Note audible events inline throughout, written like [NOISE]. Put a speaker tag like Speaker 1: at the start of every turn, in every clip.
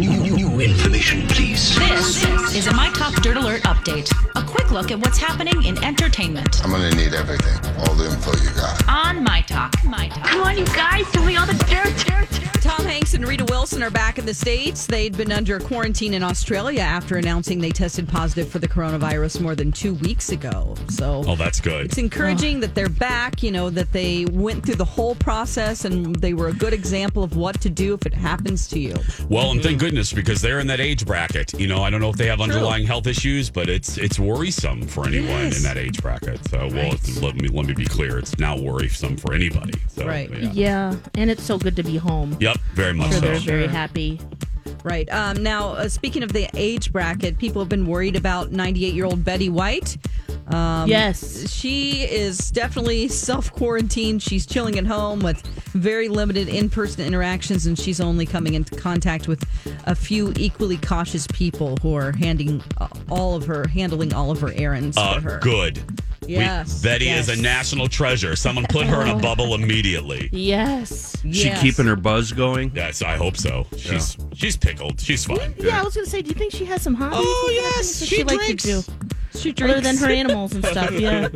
Speaker 1: New, new information, please.
Speaker 2: This is a My Talk Dirt Alert update. A quick look at what's happening in entertainment
Speaker 3: I'm gonna need everything, all the info you got.
Speaker 2: on My Talk. My Talk.
Speaker 4: Come on, you guys, tell me all the dirt, dirt, dirt.
Speaker 5: Tom Hanks and Rita Wilson are back in the States. They'd been under quarantine in Australia after announcing they tested positive for the coronavirus more than two weeks ago. So
Speaker 6: Oh, that's good.
Speaker 5: it's encouraging that they're back, you know, that they went through the whole process and they were a good example of what to do if it happens to you.
Speaker 6: Well, and thank goodness because they're in that age bracket. You know, I don't know if they have underlying health issues, but it's it's worrisome for anyone in that age bracket. So, well, it's- let me let me be clear, it's now worrisome for anybody. So,
Speaker 5: Right.
Speaker 6: Yeah.
Speaker 7: Yeah, and it's so good to be home.
Speaker 6: Yep. Very much
Speaker 7: So
Speaker 6: so.
Speaker 7: they're very happy.
Speaker 5: Right. Um, now, uh, speaking of the age bracket, people have been worried about 98 year old Betty White. Um,
Speaker 7: Yes.
Speaker 5: She is definitely self quarantined. She's chilling at home with very limited in person interactions, and she's only coming into contact with a few equally cautious people who are handing uh, all of her handling all of her errands
Speaker 6: Uh,
Speaker 5: for her.
Speaker 6: good. We-
Speaker 5: Yes,
Speaker 6: Betty
Speaker 5: yes. Oh.
Speaker 6: is a national treasure. Someone put her in a bubble immediately.
Speaker 7: Yes.
Speaker 8: She
Speaker 5: Yes.
Speaker 8: keeping her buzz going?
Speaker 6: Yes, I hope so. She's she's pickled. She's fine.
Speaker 7: Yeah, I was gonna say, do you think she has some hobbies?
Speaker 6: Oh,
Speaker 7: What kind of
Speaker 6: yes,
Speaker 7: things does
Speaker 6: she
Speaker 7: like
Speaker 6: drinks.
Speaker 7: to do
Speaker 5: She
Speaker 7: other than
Speaker 5: drinks.
Speaker 7: her animals and stuff.
Speaker 6: [LAUGHS]
Speaker 7: Yeah.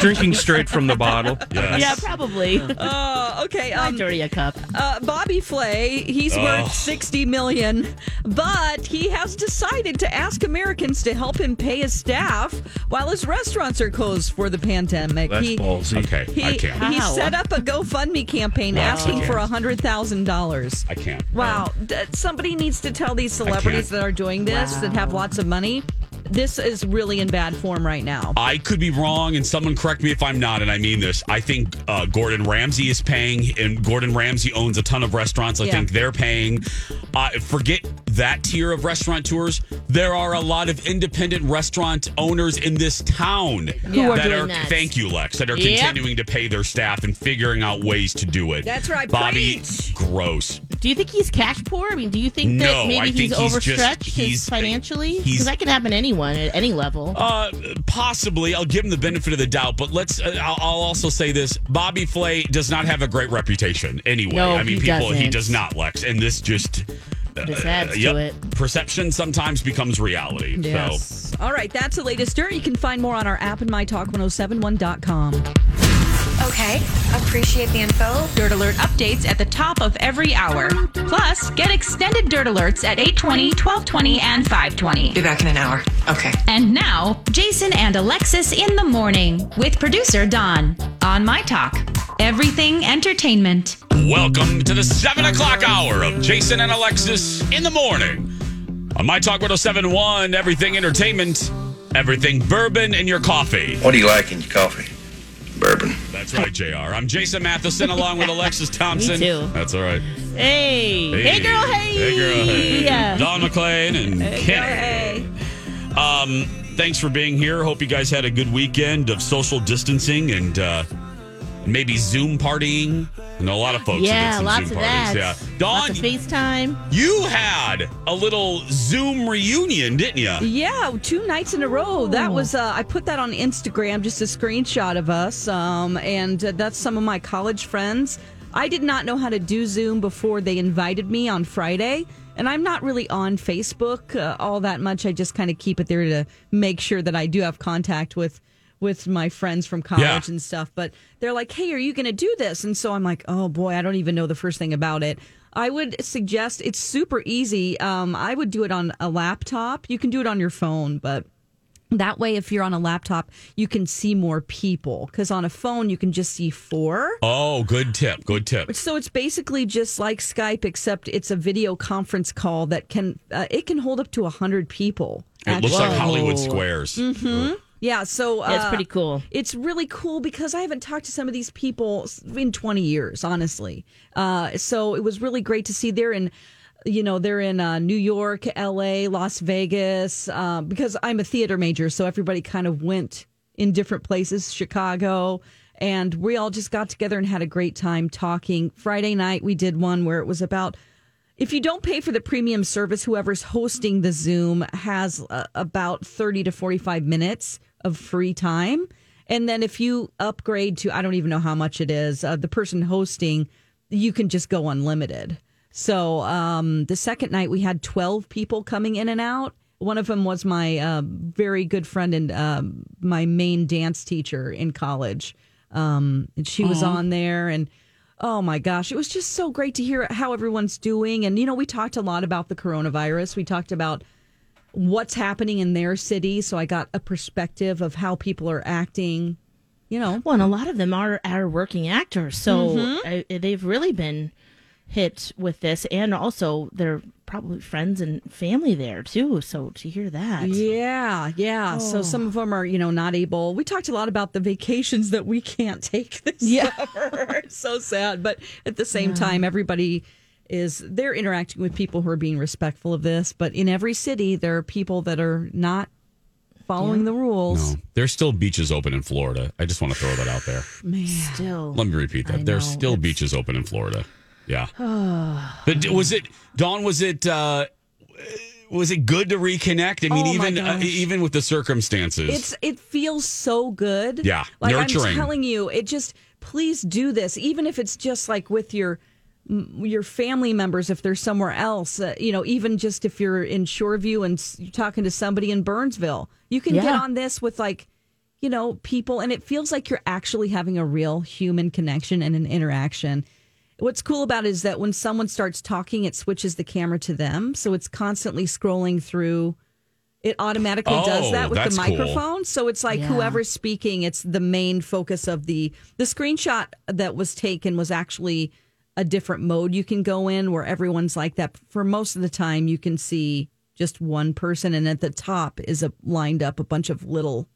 Speaker 8: Drinking straight from the bottle.
Speaker 6: Yes.
Speaker 7: Yeah,
Speaker 5: [LAUGHS]
Speaker 7: probably. I
Speaker 5: Oh, okay. Um,
Speaker 7: dirty a cup.
Speaker 5: uh, Bobby Flay,
Speaker 8: Oh.
Speaker 5: he's
Speaker 6: Ugh.
Speaker 5: worth 60 million, but he has decided to ask Americans to help him pay his staff while his restaurants are closed for the pandemic.
Speaker 8: That's
Speaker 5: he,
Speaker 8: ballsy.
Speaker 6: Okay.
Speaker 5: he,
Speaker 6: I can't.
Speaker 5: he
Speaker 7: Wow.
Speaker 5: set up a GoFundMe campaign asking for $100,000.
Speaker 6: I can't.
Speaker 5: Wow. D- Somebody needs to tell these
Speaker 6: can't.
Speaker 5: celebrities that are doing this, that have lots of money. This is really in bad form right now.
Speaker 6: I could be wrong, and someone correct me if I'm not, and I mean this. I think uh, Gordon Ramsay is paying, and Gordon Ramsay owns a ton of restaurants. I
Speaker 5: Yeah.
Speaker 6: think they're paying. Uh, forget that tier of restaurateurs. There are a lot of independent restaurant owners in this town
Speaker 7: Who are
Speaker 6: that
Speaker 7: doing
Speaker 6: are.
Speaker 7: that.
Speaker 6: Thank you, Lex. That are
Speaker 7: Yep.
Speaker 6: continuing to pay their staff and figuring out ways to do it.
Speaker 5: That's right.
Speaker 6: Bobby.
Speaker 5: Preach.
Speaker 6: Gross.
Speaker 7: Do you think he's cash poor? I mean, do you think that
Speaker 6: No,
Speaker 7: maybe
Speaker 6: I
Speaker 7: he's
Speaker 6: think he's just-
Speaker 7: overstretched his-
Speaker 6: he's-
Speaker 7: financially?
Speaker 6: he's-
Speaker 7: Because that can happen to anyone at any level.
Speaker 6: Uh, possibly. I'll give him the benefit of the doubt, but let's. Uh, I'll, I'll also say this: Bobby Flay does not have a great reputation anyway.
Speaker 7: No,
Speaker 6: I mean,
Speaker 7: he
Speaker 6: people, he
Speaker 7: doesn't.
Speaker 6: does not, Lex, and this just.
Speaker 7: this adds
Speaker 6: yep,
Speaker 7: to it.
Speaker 6: Perception sometimes becomes reality. So
Speaker 5: All right, that's the latest dirt. You can find more on our app and mytalk1071.com.
Speaker 4: Okay, appreciate the info.
Speaker 2: Dirt Alert updates at the top of every hour. Plus, get extended Dirt Alerts at 820, 1220, and 520.
Speaker 4: Be back in an hour. Okay.
Speaker 2: And now, Jason and Alexis in the morning with producer Don on My Talk. Everything entertainment.
Speaker 6: welcome to the seven o'clock hour of Jason and Alexis in the morning on my talk 1071, everything entertainment, everything bourbon in your coffee.
Speaker 3: What do you like in your coffee? Bourbon.
Speaker 6: That's right, JR. I'm Jason Matheson along
Speaker 7: [LAUGHS]
Speaker 6: with Alexis Thompson.
Speaker 7: too.
Speaker 6: That's all right.
Speaker 7: Hey. Hey, girl, hey.
Speaker 6: Hey, girl, hey.
Speaker 7: Yeah.
Speaker 6: Don McLean and Kenny. Um, thanks for being here. Hope you guys had a good weekend of social distancing and uh, maybe Zoom partying. And a lot of folks who did
Speaker 7: Yeah,
Speaker 6: some
Speaker 7: lots
Speaker 6: Zoom
Speaker 7: of
Speaker 6: parties.
Speaker 7: that.
Speaker 6: Yeah.
Speaker 7: Lots
Speaker 6: Don,
Speaker 7: of FaceTime.
Speaker 6: you had a little Zoom reunion, didn't you?
Speaker 5: Yeah, two nights in a row. That was uh, I put that on Instagram, just a screenshot of us, um, and uh, that's some of my college friends. I did not know how to do Zoom before they invited me on Friday, and I'm not really on Facebook uh, all that much. I just kind of keep it there to make sure that I do have contact with with my friends from college
Speaker 6: Yeah.
Speaker 5: and stuff. But they're like, "Hey, are you going to do this?" And so I'm like, "Oh boy, I don't even know the first thing about it." I would suggest it's super easy. Um, I would do it on a laptop. You can do it on your phone, but that way, if you're on a laptop, you can see more people. Because on a phone, you can just see four.
Speaker 6: Oh, good tip. Good tip.
Speaker 5: So it's basically just like Skype, except it's a video conference call that can uh, it can hold up to hundred people.
Speaker 6: It looks like
Speaker 5: actually.
Speaker 6: Hollywood Squares.
Speaker 7: Mm-hmm.
Speaker 5: hmm Yeah, so uh,
Speaker 7: Yeah, it's pretty cool.
Speaker 5: It's really cool because I haven't talked to some of these people s- in 20 years, honestly. Uh, so it was really great to see they're in, you know, they're in uh, New York, L.A., Las Vegas. Uh, because I'm a theater major, so everybody kind of went in different places, Chicago. And we all just got together and had a great time talking. Friday night, we did one where it was about if you don't pay for the premium service, whoever's hosting the Zoom has uh, about 30 to 45 minutes of free time. And then if you upgrade to, I don't even know how much it is, uh, the person hosting, you can just go unlimited. So um, the second night, we had 12 people coming in and out. One of them was my uh, very good friend and um, my main dance teacher in college. Um, and she was on there and Oh my gosh, it was just so great to hear how everyone's doing. And, you know, we talked a lot about the coronavirus. We talked about what's happening in their city. So I got a perspective of how people are acting, you know.
Speaker 7: Well, and a lot of them are are working actors, so uh, they've really been hit with this, and also they're probably friends and family there too. So to hear that,
Speaker 5: Yeah, yeah. So some of them are, you know, not able. We talked a lot about the vacations that we can't [LAUGHS] take this summer. It's so sad, but at the same time, everybody is they're interacting with people who are being respectful of this. But in every city, there are people that are not following the rules.
Speaker 6: No, there's still beaches open in Florida. I just want to throw that out there.
Speaker 7: still,
Speaker 6: Let me repeat that.
Speaker 7: I
Speaker 6: There's
Speaker 7: know,
Speaker 6: still
Speaker 7: it's-
Speaker 6: beaches open in Florida.
Speaker 5: [SIGHS]
Speaker 6: Yeah. But d- was it Dawn? Was it uh, was it good to reconnect? I mean,
Speaker 5: Oh, my
Speaker 6: even uh,
Speaker 5: gosh.
Speaker 6: even with the circumstances.
Speaker 5: It's it feels so good.
Speaker 6: Yeah,
Speaker 5: like
Speaker 6: nurturing.
Speaker 5: I'm telling you, it just please do this, even if it's just like with your m- your family members if they're somewhere else. Uh, you know, even just if you're in Shoreview and s- you're talking to somebody in Burnsville, you can get
Speaker 7: Yeah.
Speaker 5: on this with like you know people, and it feels like you're actually having a real human connection and an interaction. What's cool about it is that when someone starts talking, it switches the camera to them, so it's constantly scrolling through. It automatically
Speaker 6: Oh,
Speaker 5: does that with
Speaker 6: that's
Speaker 5: the
Speaker 6: cool.
Speaker 5: microphone. So it's like
Speaker 7: Yeah.
Speaker 5: whoever's speaking, it's the main focus of the the screenshot that was taken was actually a different mode you can go in where everyone's like that. For most of the time, you can see just one person, and at the top is a lined up a bunch of little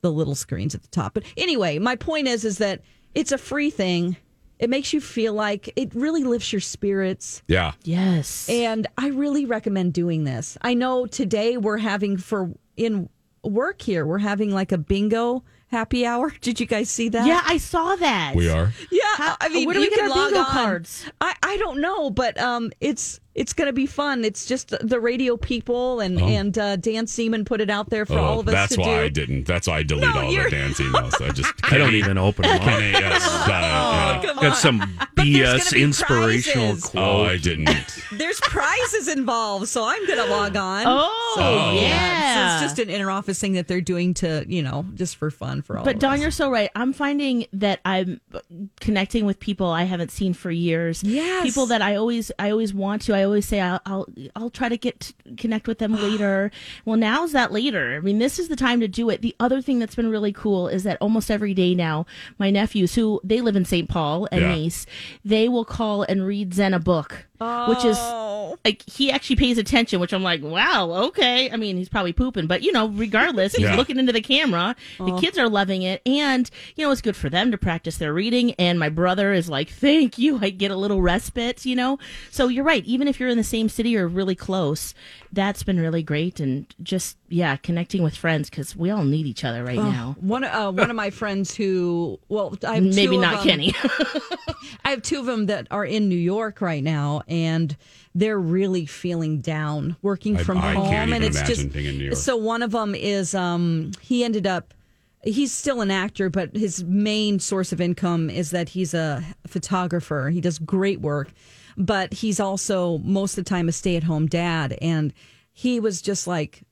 Speaker 5: the little screens at the top. But anyway, my point is is that it's a free thing. It makes you feel like it really lifts your spirits.
Speaker 6: yeah.
Speaker 7: yes,
Speaker 5: And I really recommend doing this. I know today we're having for in work here, we're having like a bingo happy hour. [LAUGHS] Did you guys see that?
Speaker 7: yeah, I saw that.
Speaker 6: We are.
Speaker 5: Yeah,
Speaker 7: How-
Speaker 5: I mean,
Speaker 7: where do we
Speaker 5: you
Speaker 7: get
Speaker 5: can
Speaker 7: our
Speaker 5: log
Speaker 7: bingo
Speaker 5: on.
Speaker 7: cards?
Speaker 5: I, I don't know, but um, it's it's going to be fun. It's just the- the radio people and and uh, Dan Seaman put it out there for
Speaker 6: Oh,
Speaker 5: all of us
Speaker 6: that's
Speaker 5: to
Speaker 6: why
Speaker 5: do.
Speaker 6: I didn't. That's why I delete
Speaker 5: No,
Speaker 6: all the
Speaker 5: you're- [LAUGHS] Oh,
Speaker 6: dance emails. I just
Speaker 8: I don't even open them
Speaker 6: Can
Speaker 8: up.
Speaker 6: I, yes, uh, yeah.
Speaker 8: Got some
Speaker 5: there's
Speaker 8: BS
Speaker 5: gonna be
Speaker 8: inspirational
Speaker 5: prizes.
Speaker 6: Oh,
Speaker 8: quote.
Speaker 5: [LAUGHS]
Speaker 6: I didn't.
Speaker 5: There's prizes involved, so I'm going to log on.
Speaker 7: Oh,
Speaker 6: Oh.
Speaker 7: yeah.
Speaker 5: So it's just an inner office thing that they're doing to you know just for fun for all.
Speaker 7: But
Speaker 5: of
Speaker 7: Don,
Speaker 5: us.
Speaker 7: you're so right. I'm finding that I'm connecting with people I haven't seen for years.
Speaker 5: Yes.
Speaker 7: people that I always I always want to. I always say I'll I'll, I'll try to get to connect with them later. well, now's that later. I mean, this is the time to do it. The other thing that's been really cool is that almost every day now, my nephews who they live in St. Paul and
Speaker 6: Yeah.
Speaker 7: Nice, they will call and read Zen a book, which is like he actually pays attention. Which I'm like, wow, okay. I mean, he's probably pooping, but you know, regardless, he's
Speaker 6: Yeah.
Speaker 7: looking looking into the camera. The kids are loving it, and you know it's good for them to practice their reading. And my brother is like, "Thank you, I get a little respite." You know, so you're right. Even if you're in the same city or really close, that's been really great. And just yeah, connecting with friends because we all need each other right now.
Speaker 5: One uh, one of my friends who well I have two
Speaker 7: Maybe
Speaker 5: of
Speaker 7: not
Speaker 5: them-
Speaker 7: Kenny.
Speaker 5: [LAUGHS]
Speaker 7: [LAUGHS]
Speaker 5: I have two of them that are in New York right now, and they're really feeling down working
Speaker 6: I-
Speaker 5: from
Speaker 6: I can't
Speaker 5: home,
Speaker 6: even
Speaker 5: and it's
Speaker 6: imagine
Speaker 5: just
Speaker 6: being in New York.
Speaker 5: so. One of them is um, he ended up. He's still an actor, but his main source of income is that he's a photographer. He does great work, but he's also most of the time a stay at home dad. And he was just like,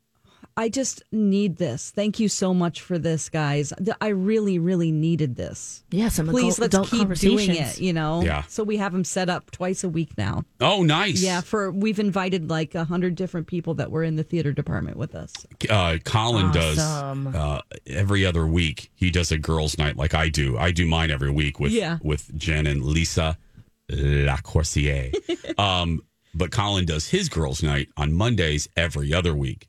Speaker 5: I just need this. Thank you so much for this, guys. Th- I really, really needed this.
Speaker 7: Yeah, some
Speaker 5: Please
Speaker 7: adult-
Speaker 5: let's
Speaker 7: adult
Speaker 5: keep doing
Speaker 7: conversations.
Speaker 5: it. You know.
Speaker 6: Yeah.
Speaker 5: So we have them set up twice a week now.
Speaker 6: Oh, nice.
Speaker 5: Yeah. For we've invited like a hundred different people that were in the theater department with us.
Speaker 6: uh, Colin
Speaker 7: Awesome.
Speaker 6: does uh, every other week. He does a girls' night like I do. I do mine every week with
Speaker 5: Yeah.
Speaker 6: with Jen and Lisa La
Speaker 7: [LAUGHS]
Speaker 6: Corsier. um, but Colin does his girls' night on Mondays every other week.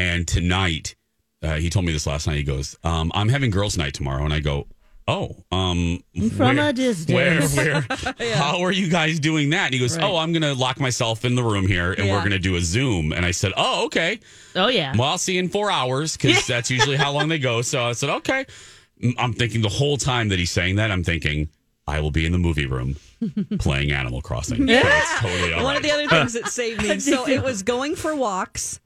Speaker 6: And tonight, uh, he told me this last night. He goes, um, "I'm having girls' night tomorrow," and I go. Oh, um,
Speaker 7: From
Speaker 6: where-
Speaker 7: a distance.
Speaker 6: Where, [LAUGHS]
Speaker 7: [LAUGHS]
Speaker 6: where, how are you guys doing that? And he goes,
Speaker 7: Right.
Speaker 6: Oh, I'm gonna lock myself in the room here, and we're
Speaker 5: Yeah.
Speaker 6: gonna do a Zoom. And I said, Oh, okay.
Speaker 7: Oh yeah.
Speaker 6: Well, I'll see you in four hours because that's usually how long they
Speaker 5: [LAUGHS]
Speaker 6: go. So I said, okay. M- I'm thinking the whole time that he's saying that, I'm thinking, I will be in the movie room playing Animal Crossing. So it's totally all
Speaker 5: One of
Speaker 6: right.
Speaker 5: the other things that saved [LAUGHS] me. So it was going for walks,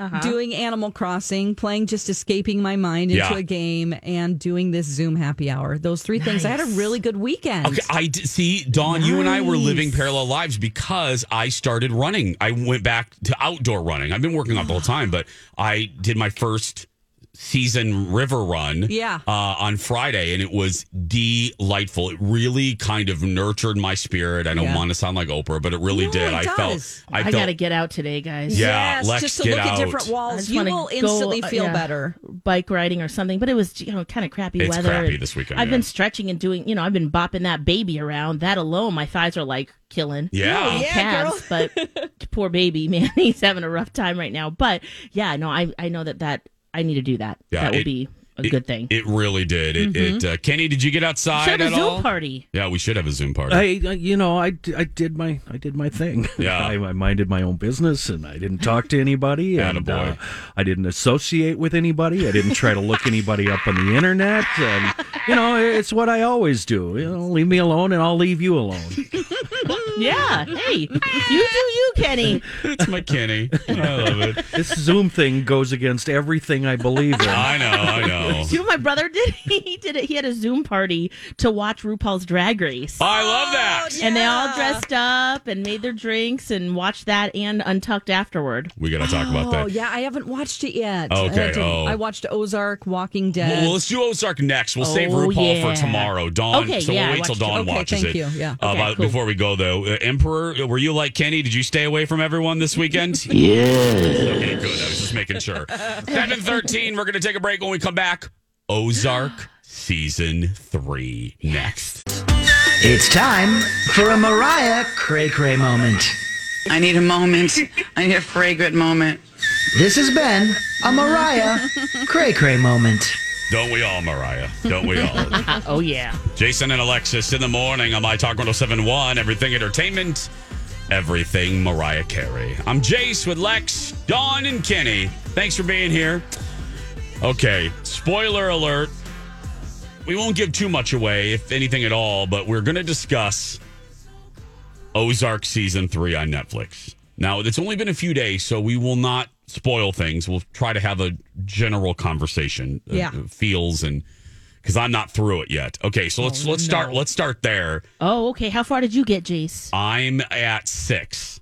Speaker 7: Uh-huh.
Speaker 5: doing Animal Crossing, playing just escaping my mind into a
Speaker 6: Yeah.
Speaker 5: game, and doing this Zoom happy hour. Those three things. I had a really good weekend.
Speaker 6: Okay, I d- see, Dawn. You and I were living parallel lives because I started running. I went back to outdoor running. I've been working out the whole time, but I did my first season river run.
Speaker 5: Yeah.
Speaker 6: uh, on Friday, and it was delightful. It really kind of nurtured my spirit. I don't
Speaker 5: Yeah.
Speaker 6: want to sound like Oprah, but it really
Speaker 5: No,
Speaker 6: did.
Speaker 5: it
Speaker 6: I
Speaker 5: does.
Speaker 6: felt. I,
Speaker 7: I,
Speaker 6: felt.
Speaker 7: gotta get out today, guys.
Speaker 6: Yeah,
Speaker 5: yes,
Speaker 6: Lex,
Speaker 5: just to
Speaker 6: get
Speaker 5: look
Speaker 6: out.
Speaker 5: at different
Speaker 7: I just
Speaker 5: walls, you
Speaker 7: wanna
Speaker 5: will
Speaker 7: go,
Speaker 5: instantly
Speaker 7: uh,
Speaker 5: feel
Speaker 7: yeah,
Speaker 5: better.
Speaker 7: Bike riding or something, but it was you know kind of crappy
Speaker 6: It's
Speaker 7: weather.
Speaker 6: crappy
Speaker 7: and
Speaker 6: this weekend,
Speaker 7: I've
Speaker 6: yeah.
Speaker 7: been stretching and doing you know I've been bopping that baby around. That alone, my thighs are like killing.
Speaker 5: Oh,
Speaker 6: Yeah.
Speaker 7: my
Speaker 6: Yeah,
Speaker 7: calves, [LAUGHS] but poor baby man, [LAUGHS] he's having a rough time right now. But yeah, no, I I know that that I need to do that.
Speaker 6: Yeah,
Speaker 7: that will
Speaker 6: it-
Speaker 7: be a
Speaker 6: it-
Speaker 7: good thing.
Speaker 6: It really did. It. it
Speaker 5: Mm-hmm.
Speaker 6: uh, Kenny, did you get outside
Speaker 7: Should have a
Speaker 6: at
Speaker 7: Zoom
Speaker 6: all?
Speaker 7: party.
Speaker 6: Yeah, we should have a Zoom party.
Speaker 8: I, you know, I, d- I did my I did my thing.
Speaker 6: Yeah.
Speaker 8: [LAUGHS] I, I minded my own business, and I didn't talk to anybody, and
Speaker 6: Attaboy.
Speaker 8: uh, I didn't associate with anybody. I didn't try to look anybody up on the internet, and you know, it's what I always do. You know, leave me alone, and I'll leave you alone.
Speaker 7: Yeah, hey, you do you, Kenny.
Speaker 6: it's my Kenny. I love it.
Speaker 8: This Zoom thing goes against everything I believe in.
Speaker 6: I know. I know.
Speaker 7: Do you know what my brother did? [LAUGHS] He did it. He had a Zoom party to watch RuPaul's Drag Race.
Speaker 6: Oh, I love that.
Speaker 7: And they all dressed up and made their drinks and watched that and Untucked afterward.
Speaker 6: We got to talk about
Speaker 5: Oh
Speaker 6: that.
Speaker 5: yeah, I haven't watched it yet. I,
Speaker 6: Okay,
Speaker 5: didn't.
Speaker 6: oh.
Speaker 5: I watched Ozark, Walking Dead.
Speaker 6: Well, let's do Ozark next. We'll save
Speaker 7: Oh,
Speaker 6: RuPaul for
Speaker 7: yeah.
Speaker 6: tomorrow. Dawn.
Speaker 7: Okay,
Speaker 6: so
Speaker 7: yeah, I
Speaker 6: we'll wait till
Speaker 7: watched
Speaker 6: Dawn
Speaker 5: it. Okay,
Speaker 6: watches
Speaker 5: thank
Speaker 6: it.
Speaker 5: you, yeah.
Speaker 6: Uh,
Speaker 7: Okay,
Speaker 6: but
Speaker 7: cool.
Speaker 6: Before we go, though, uh, Emperor, were you like Kenny? Did you stay away from everyone this [LAUGHS] weekend?
Speaker 1: Yeah.
Speaker 6: okay, good. I was just making sure.
Speaker 7: [LAUGHS]
Speaker 6: 7 13, we're going to take a break when we come back. Ozark
Speaker 7: [GASPS]
Speaker 6: season three next.
Speaker 1: It's time for a Mariah Cray Cray moment.
Speaker 9: I need a moment. I need a fragrant moment.
Speaker 1: This has been a Mariah Cray Cray moment.
Speaker 6: Don't we all, Mariah? Don't we all?
Speaker 7: Uh, [LAUGHS] oh, yeah.
Speaker 6: Jason and Alexis in the morning on My Talk 1071, Everything Entertainment, Everything Mariah Carey. I'm Jace with Lex, Dawn, and Kenny. Thanks for being here. Okay, spoiler alert. We won't give too much away, if anything at all, but we're going to discuss Ozark season three on Netflix. Now, it's only been a few days, so we will not spoil things. We'll try to have a general conversation, uh,
Speaker 5: Yeah.
Speaker 6: feels and because I'm not through it yet. Okay, so let's
Speaker 5: Oh,
Speaker 6: let's start let's start there.
Speaker 7: Oh, okay. How far did you get, Jace?
Speaker 6: I'm at six.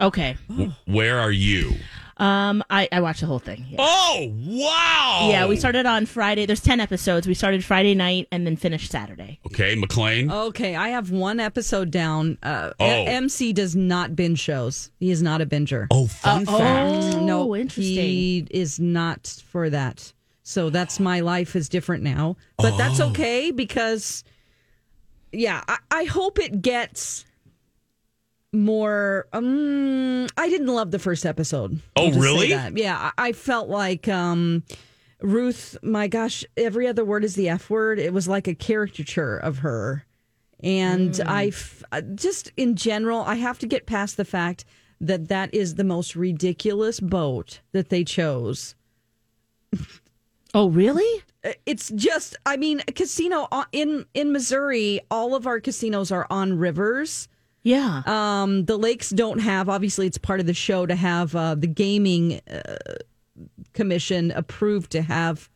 Speaker 7: Okay.
Speaker 5: Oh.
Speaker 6: W- Where are you?
Speaker 7: Um, I, I watched the whole thing. Yeah.
Speaker 6: Oh wow!
Speaker 7: Yeah, we started on Friday. There's 10 episodes. We started Friday night and then finished Saturday.
Speaker 6: Okay, McLean.
Speaker 5: Okay, I have one episode down. Uh,
Speaker 6: Oh.
Speaker 5: A- MC does not binge shows. He is not a binger.
Speaker 6: Oh, fun
Speaker 5: Uh,
Speaker 6: fact.
Speaker 7: Oh,
Speaker 5: no,
Speaker 7: interesting.
Speaker 5: He is not for that. So that's my life is different now, but that's
Speaker 6: Oh.
Speaker 5: okay because, yeah, I, I hope it gets more. Um, I didn't love the first episode.
Speaker 6: Oh,
Speaker 5: I'll just say
Speaker 6: really?
Speaker 5: that. Yeah, I, I felt like um, Ruth. My gosh, every other word is the f word. It was like a caricature of her and
Speaker 6: Hmm.
Speaker 5: I f- uh, just in general, I have to get past the fact that that is the most ridiculous boat that they chose. Uh,
Speaker 7: Oh, really?
Speaker 5: It's just, I mean, a casino o- in in Missouri. All of our casinos are on rivers.
Speaker 7: Yeah.
Speaker 5: Um, the lakes don't have. Obviously, it's part of the show to have uh, the gaming uh, commission approved to have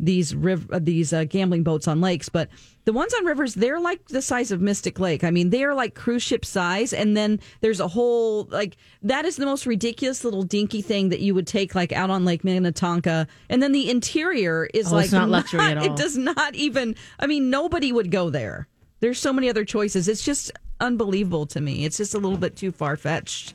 Speaker 5: these riv- uh, these uh, gambling boats on lakes, but the ones on rivers they're like the size of Mystic Lake. I mean, they are like cruise ship size, and then there's a whole like that is the most ridiculous little dinky thing that you would take like out on Lake Minnetonka, and then the interior is
Speaker 7: Oh,
Speaker 5: like
Speaker 7: it's not luxury at all.
Speaker 5: It does not even. I mean, nobody would go there. There's so many other choices. It's just unbelievable to me. It's just a little bit too far fetched.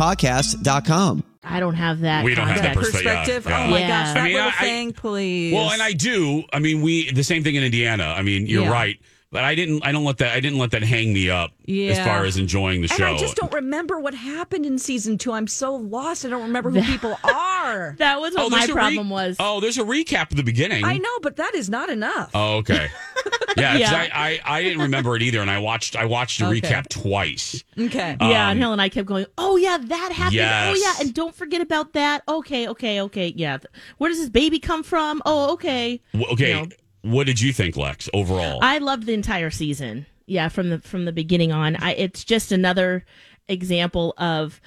Speaker 10: UAPpodcast.com.
Speaker 7: I don't have that.
Speaker 10: We don't have that
Speaker 7: concept.
Speaker 10: perspective.
Speaker 6: Yeah, yeah. Oh, my gosh, that I mean,
Speaker 5: Little
Speaker 6: I- I-
Speaker 5: thing, please.
Speaker 6: Well, and I do. I mean, we the same thing in Indiana. I mean, you're
Speaker 5: Yeah.
Speaker 6: right, but I didn't. I don't let that. I didn't let that hang me up as
Speaker 5: Yeah.
Speaker 6: far as enjoying the
Speaker 5: and
Speaker 6: show.
Speaker 5: I just don't remember what happened in season two. I'm so lost. I don't remember [LAUGHS] who people are.
Speaker 7: that was
Speaker 6: Oh, there's a re- Oh, there's a recap at the beginning.
Speaker 5: I know, but that is not enough.
Speaker 6: Oh,
Speaker 7: [LAUGHS]
Speaker 6: okay. Yeah, 'cause
Speaker 7: Yeah.
Speaker 6: I, I I didn't remember it either, and I watched I watched the
Speaker 7: Okay.
Speaker 6: recap twice.
Speaker 5: Okay.
Speaker 7: Yeah,
Speaker 6: Um,
Speaker 7: and Helen and I kept going, oh, yeah, that happened.
Speaker 6: Yes.
Speaker 7: Oh, yeah, and don't forget about that. Okay, okay, okay. Yeah. Where does this baby come from? Oh, okay.
Speaker 6: W- Okay,
Speaker 7: You know.
Speaker 6: what did you think, Lex? Overall,
Speaker 7: I loved the entire season. Yeah, from the from the beginning on. I, it's just another example of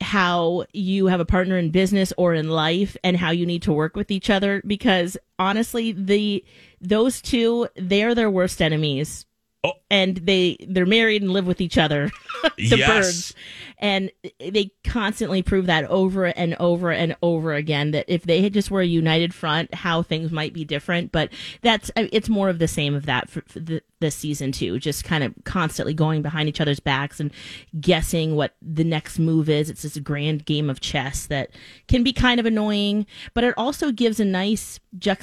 Speaker 7: how you have a partner in business or in life and how you need to work with each other because honestly the those two they're their worst enemies. And they they're married and live with each other. [LAUGHS] the
Speaker 6: Yes.
Speaker 7: birds. And they constantly prove that over and over and over again that if they had just were a united front, how things might be different. But that's I- it's more of the same of that for, for the, this season too. Just kind of constantly going behind each other's backs and guessing what the next move is. It's this grand game of chess that can be kind of annoying, but it also gives a nice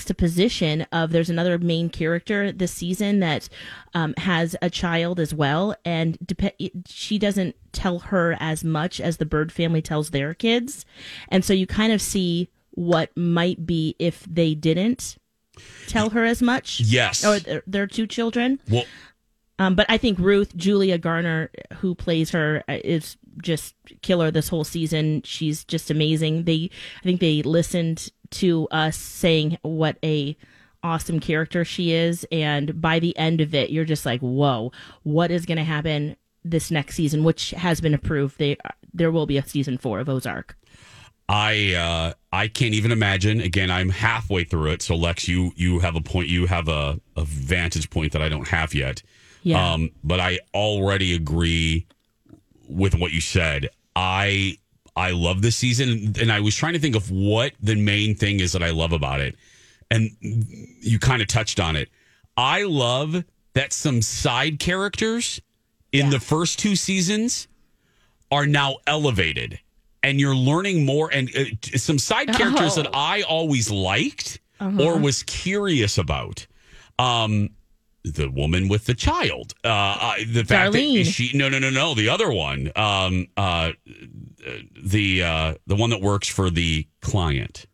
Speaker 7: juxtaposition of there's another main character this season that um, has a child as well, and dep- she doesn't tell her as much as the bird family tells their kids, and so you kind of see what might be if they didn't tell her as much.
Speaker 6: Yes.
Speaker 7: or their, their two children.
Speaker 6: well,
Speaker 7: Um, but I think Ruth Julia Garner, who plays her, uh, is just killer this whole season. She's just amazing. They, I think they listened to us saying what a awesome character she is, and by the end of it, you're just like, whoa, what is going to happen this next season? Which has been approved. They uh, there will be a season four of Ozark.
Speaker 6: I uh, I can't even imagine. Again, I'm halfway through it. So Lex, you you have a point. You have a, a vantage point that I don't have yet.
Speaker 11: Yeah.
Speaker 6: Um, but I already agree with what you said. I I love this season, and I was trying to think of what the main thing is that I love about it, and you kind of touched on it. I love that some side characters in the first two seasons are now elevated and you're learning more and uh, t- some side characters
Speaker 11: Oh.
Speaker 6: that I always liked
Speaker 11: Uh-huh.
Speaker 6: or was curious about. Um the woman with the child. Uh, uh the fact
Speaker 11: Darlene.
Speaker 6: that she no no no no, the other one. Um uh the uh the one that works for the client.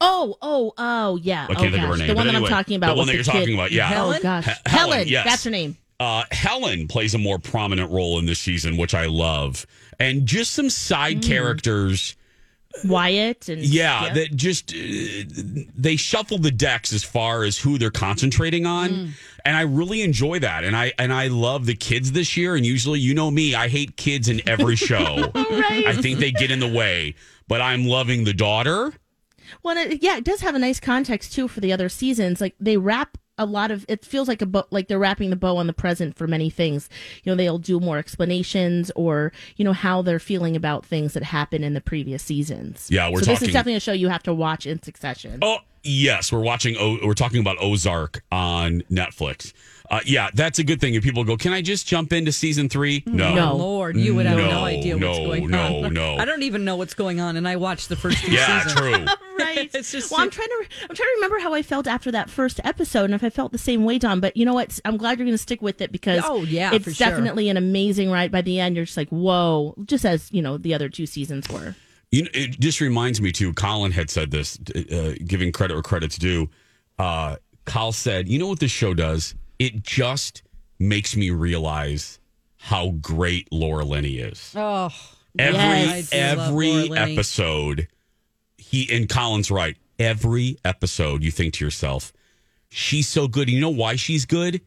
Speaker 7: Oh, oh, oh, yeah.
Speaker 6: I can't
Speaker 7: oh,
Speaker 6: think of
Speaker 7: gosh.
Speaker 6: her name,
Speaker 7: The
Speaker 6: but
Speaker 7: one that
Speaker 6: anyway,
Speaker 7: I'm talking about.
Speaker 6: the one
Speaker 7: with
Speaker 6: that you're
Speaker 7: kid.
Speaker 6: talking about, yeah.
Speaker 7: Oh
Speaker 6: Helen?
Speaker 7: gosh,
Speaker 6: He- Helen,
Speaker 7: Helen.
Speaker 6: yes.
Speaker 7: That's her name.
Speaker 6: Uh, Helen plays a more prominent role in this season, which I love, and just some side
Speaker 11: Mm.
Speaker 6: characters.
Speaker 7: Wyatt and
Speaker 6: Yeah, that just uh, they shuffle the decks as far as who they're concentrating on, and I really enjoy that. And I and I love the kids this year. And usually, you know me, I hate kids in every [LAUGHS] show.
Speaker 7: Right.
Speaker 6: I think they get in the way, but I'm loving the daughter.
Speaker 7: Well, and it, yeah, it does have a nice context too for the other seasons. Like they wrap a lot of it feels like a bo- like they're wrapping the bow on the present for many things. You know, they'll do more explanations or you know how they're feeling about things that happened in the previous seasons.
Speaker 6: Yeah, we're
Speaker 7: so this
Speaker 6: talking-
Speaker 7: is definitely a show you have to watch in succession.
Speaker 6: Oh [LAUGHS] yes, we're watching. O- we're talking about Ozark on Netflix. Uh, yeah, that's a good thing. If people go, can I just jump into season three? No,
Speaker 5: Oh, Lord, you would have no, idea
Speaker 6: no,
Speaker 5: what's going
Speaker 6: no,
Speaker 5: on.
Speaker 6: No,
Speaker 5: I don't even know what's going on, and I watched the first two
Speaker 6: Yeah,
Speaker 5: seasons.
Speaker 6: [LAUGHS] true.
Speaker 7: right. well, I'm trying to re- I'm trying to remember how I felt after that first episode and if I felt the same way, Don. But you know what? I'm glad you're going to stick with it because
Speaker 5: Oh, yeah, for
Speaker 7: it's
Speaker 5: sure.
Speaker 7: definitely an amazing ride. By the end, you're just like, whoa, just as you know the other two seasons were.
Speaker 6: You know, it just reminds me too. Colin had said this, uh, giving credit where credit's due. Uh, Kyle said, "You know what this show does? It just makes me realize how great Laura Linney is.
Speaker 5: Oh, yes.
Speaker 6: Every
Speaker 5: I do love Laura
Speaker 6: every
Speaker 5: Linney.
Speaker 6: episode, he and Colin's right. Every episode, you think to yourself, she's so good. You know why she's good?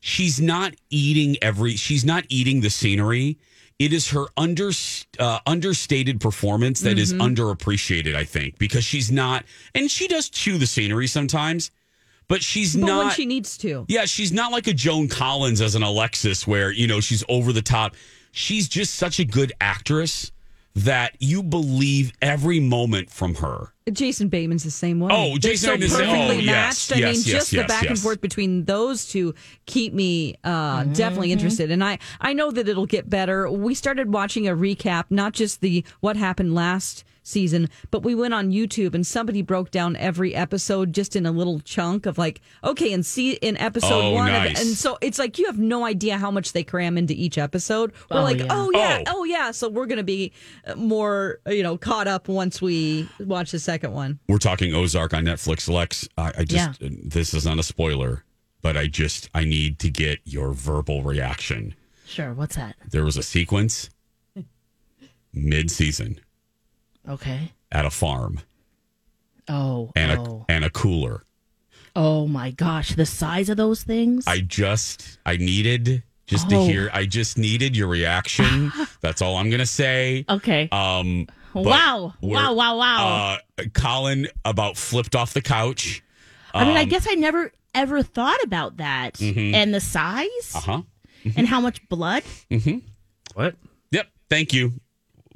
Speaker 6: She's not eating every. She's not eating the scenery. It is her under uh, understated performance that is
Speaker 5: Mm-hmm.
Speaker 11: Mhm.
Speaker 6: underappreciated. I think because she's not, and she does chew the scenery sometimes, but she's
Speaker 5: but
Speaker 6: not.
Speaker 5: when she needs to.
Speaker 6: Yeah, she's not like a Joan Collins as an Alexis, where you know she's over the top. She's just such a good actress that you believe every moment from her.
Speaker 5: Jason Bateman's the same way.
Speaker 6: Oh,
Speaker 5: They're
Speaker 6: Jason
Speaker 5: so
Speaker 6: Bateman's the same-
Speaker 5: perfectly
Speaker 6: oh, yes,
Speaker 5: matched. I
Speaker 6: yes,
Speaker 5: mean,
Speaker 6: yes,
Speaker 5: just the
Speaker 6: yes,
Speaker 5: back and
Speaker 6: yes.
Speaker 5: forth between those two keep me uh, definitely interested. And I, I know that it'll get better. We started watching a recap, not just the what happened last season, but we went on YouTube and somebody broke down every episode just in a little chunk of like, okay, and see in episode
Speaker 6: Oh,
Speaker 5: one, of-
Speaker 6: nice.
Speaker 5: and so it's like you have no idea how much they cram into each episode. We're
Speaker 6: Oh,
Speaker 5: like,
Speaker 6: yeah.
Speaker 5: oh yeah,
Speaker 6: Oh.
Speaker 5: oh yeah. So we're gonna be uh, more, you know, caught up once we watch the second one.
Speaker 6: We're talking Ozark on Netflix, Lex. I, I just this is not a spoiler, but I just I need to get your verbal reaction.
Speaker 7: Sure. What's that?
Speaker 6: There was a
Speaker 7: [LAUGHS]
Speaker 6: sequence mid season
Speaker 7: Okay.
Speaker 6: at a farm
Speaker 7: Oh.
Speaker 6: and
Speaker 7: oh.
Speaker 6: a and a cooler.
Speaker 7: Oh my gosh, the size of those things.
Speaker 6: I just I needed just to
Speaker 7: Oh.
Speaker 6: hear I just needed your
Speaker 7: [LAUGHS]
Speaker 6: reaction. That's all I'm gonna say.
Speaker 7: Okay.
Speaker 6: Um but
Speaker 7: Wow.
Speaker 6: we're-
Speaker 7: Wow, wow, wow.
Speaker 6: Uh Colin about flipped off the couch.
Speaker 7: I mean, I
Speaker 6: Um,
Speaker 7: guess I never ever thought about that
Speaker 6: Mhm.
Speaker 7: and the size
Speaker 6: Uh-huh.
Speaker 7: and how much blood.
Speaker 6: Mm-hmm.
Speaker 8: What?
Speaker 6: Yep. Thank you.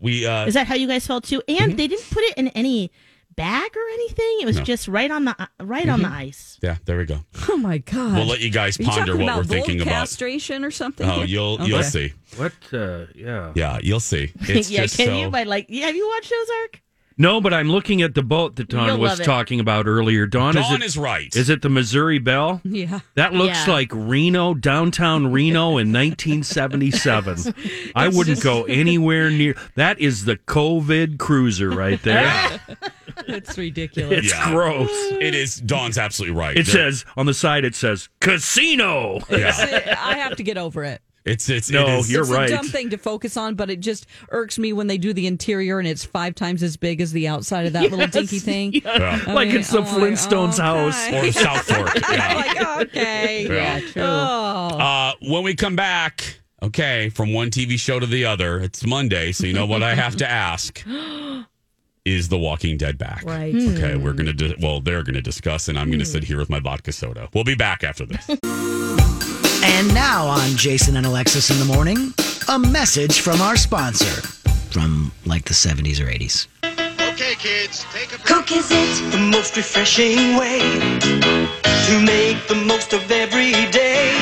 Speaker 6: We uh
Speaker 7: Is that how you guys felt too? And they didn't put it in any bag or anything. It was
Speaker 6: Mm-hmm. No. Mm-hmm.
Speaker 7: just right on the right on the ice.
Speaker 6: Yeah, there we go.
Speaker 5: [LAUGHS] Oh my god.
Speaker 6: We'll let you guys
Speaker 5: Are you
Speaker 6: ponder
Speaker 5: talking
Speaker 6: what
Speaker 5: about
Speaker 6: we're thinking
Speaker 5: gold
Speaker 6: about.
Speaker 5: castration or something.
Speaker 6: Oh, you'll you'll
Speaker 8: Okay.
Speaker 6: see.
Speaker 8: What? Uh, yeah.
Speaker 6: Yeah, you'll see. It's
Speaker 7: [LAUGHS] yeah,
Speaker 6: just
Speaker 7: can
Speaker 6: so
Speaker 7: you by like yeah, have you watched Ozark?
Speaker 8: No, but I'm looking at the boat that Don
Speaker 7: You'll
Speaker 8: was
Speaker 7: love it.
Speaker 8: talking about earlier. Don, is,
Speaker 6: Dawn
Speaker 8: it,
Speaker 6: is right.
Speaker 8: Is it the Missouri Bell?
Speaker 5: Yeah.
Speaker 8: That looks
Speaker 7: Yeah.
Speaker 8: like Reno, downtown Reno in 1977. I
Speaker 7: It's
Speaker 8: wouldn't
Speaker 7: just-
Speaker 8: go anywhere near. That is the COVID cruiser right there.
Speaker 5: it's ridiculous.
Speaker 8: it's gross.
Speaker 6: It is. Dawn's absolutely right.
Speaker 8: It
Speaker 6: There-
Speaker 8: says on the side. It says casino.
Speaker 5: I have to get over it.
Speaker 6: It's it's it
Speaker 8: No,
Speaker 6: is-
Speaker 8: you're
Speaker 6: [LAUGHS]
Speaker 5: it's
Speaker 8: right.
Speaker 5: a dumb thing to focus on, but it just irks me when they do the interior and it's five times as big as the outside
Speaker 6: [LAUGHS]
Speaker 5: of that little
Speaker 8: Yes,
Speaker 5: dinky thing.
Speaker 8: Yeah.
Speaker 5: I
Speaker 8: Like
Speaker 5: mean,
Speaker 8: it's the
Speaker 5: oh my-
Speaker 8: Flintstones
Speaker 5: oh,
Speaker 8: house
Speaker 5: okay.
Speaker 6: Or South Fork, yeah.
Speaker 5: like, "Oh, okay.
Speaker 6: Yeah. Yeah,
Speaker 5: true. Oh.
Speaker 6: Uh, when we come back, okay, from one TV show to the other, it's Monday, so you know what I have to ask is The Walking Dead back?
Speaker 5: Right.
Speaker 6: Okay, we're going to, di- well, they're going to discuss, and I'm going to sit here with my vodka soda. We'll be back after this.
Speaker 1: And now on Jason and Alexis in the morning, a message from our sponsor from like the 70s or 80s.
Speaker 12: Okay, kids, take a break. Coke is it the most refreshing way to make the most of every day?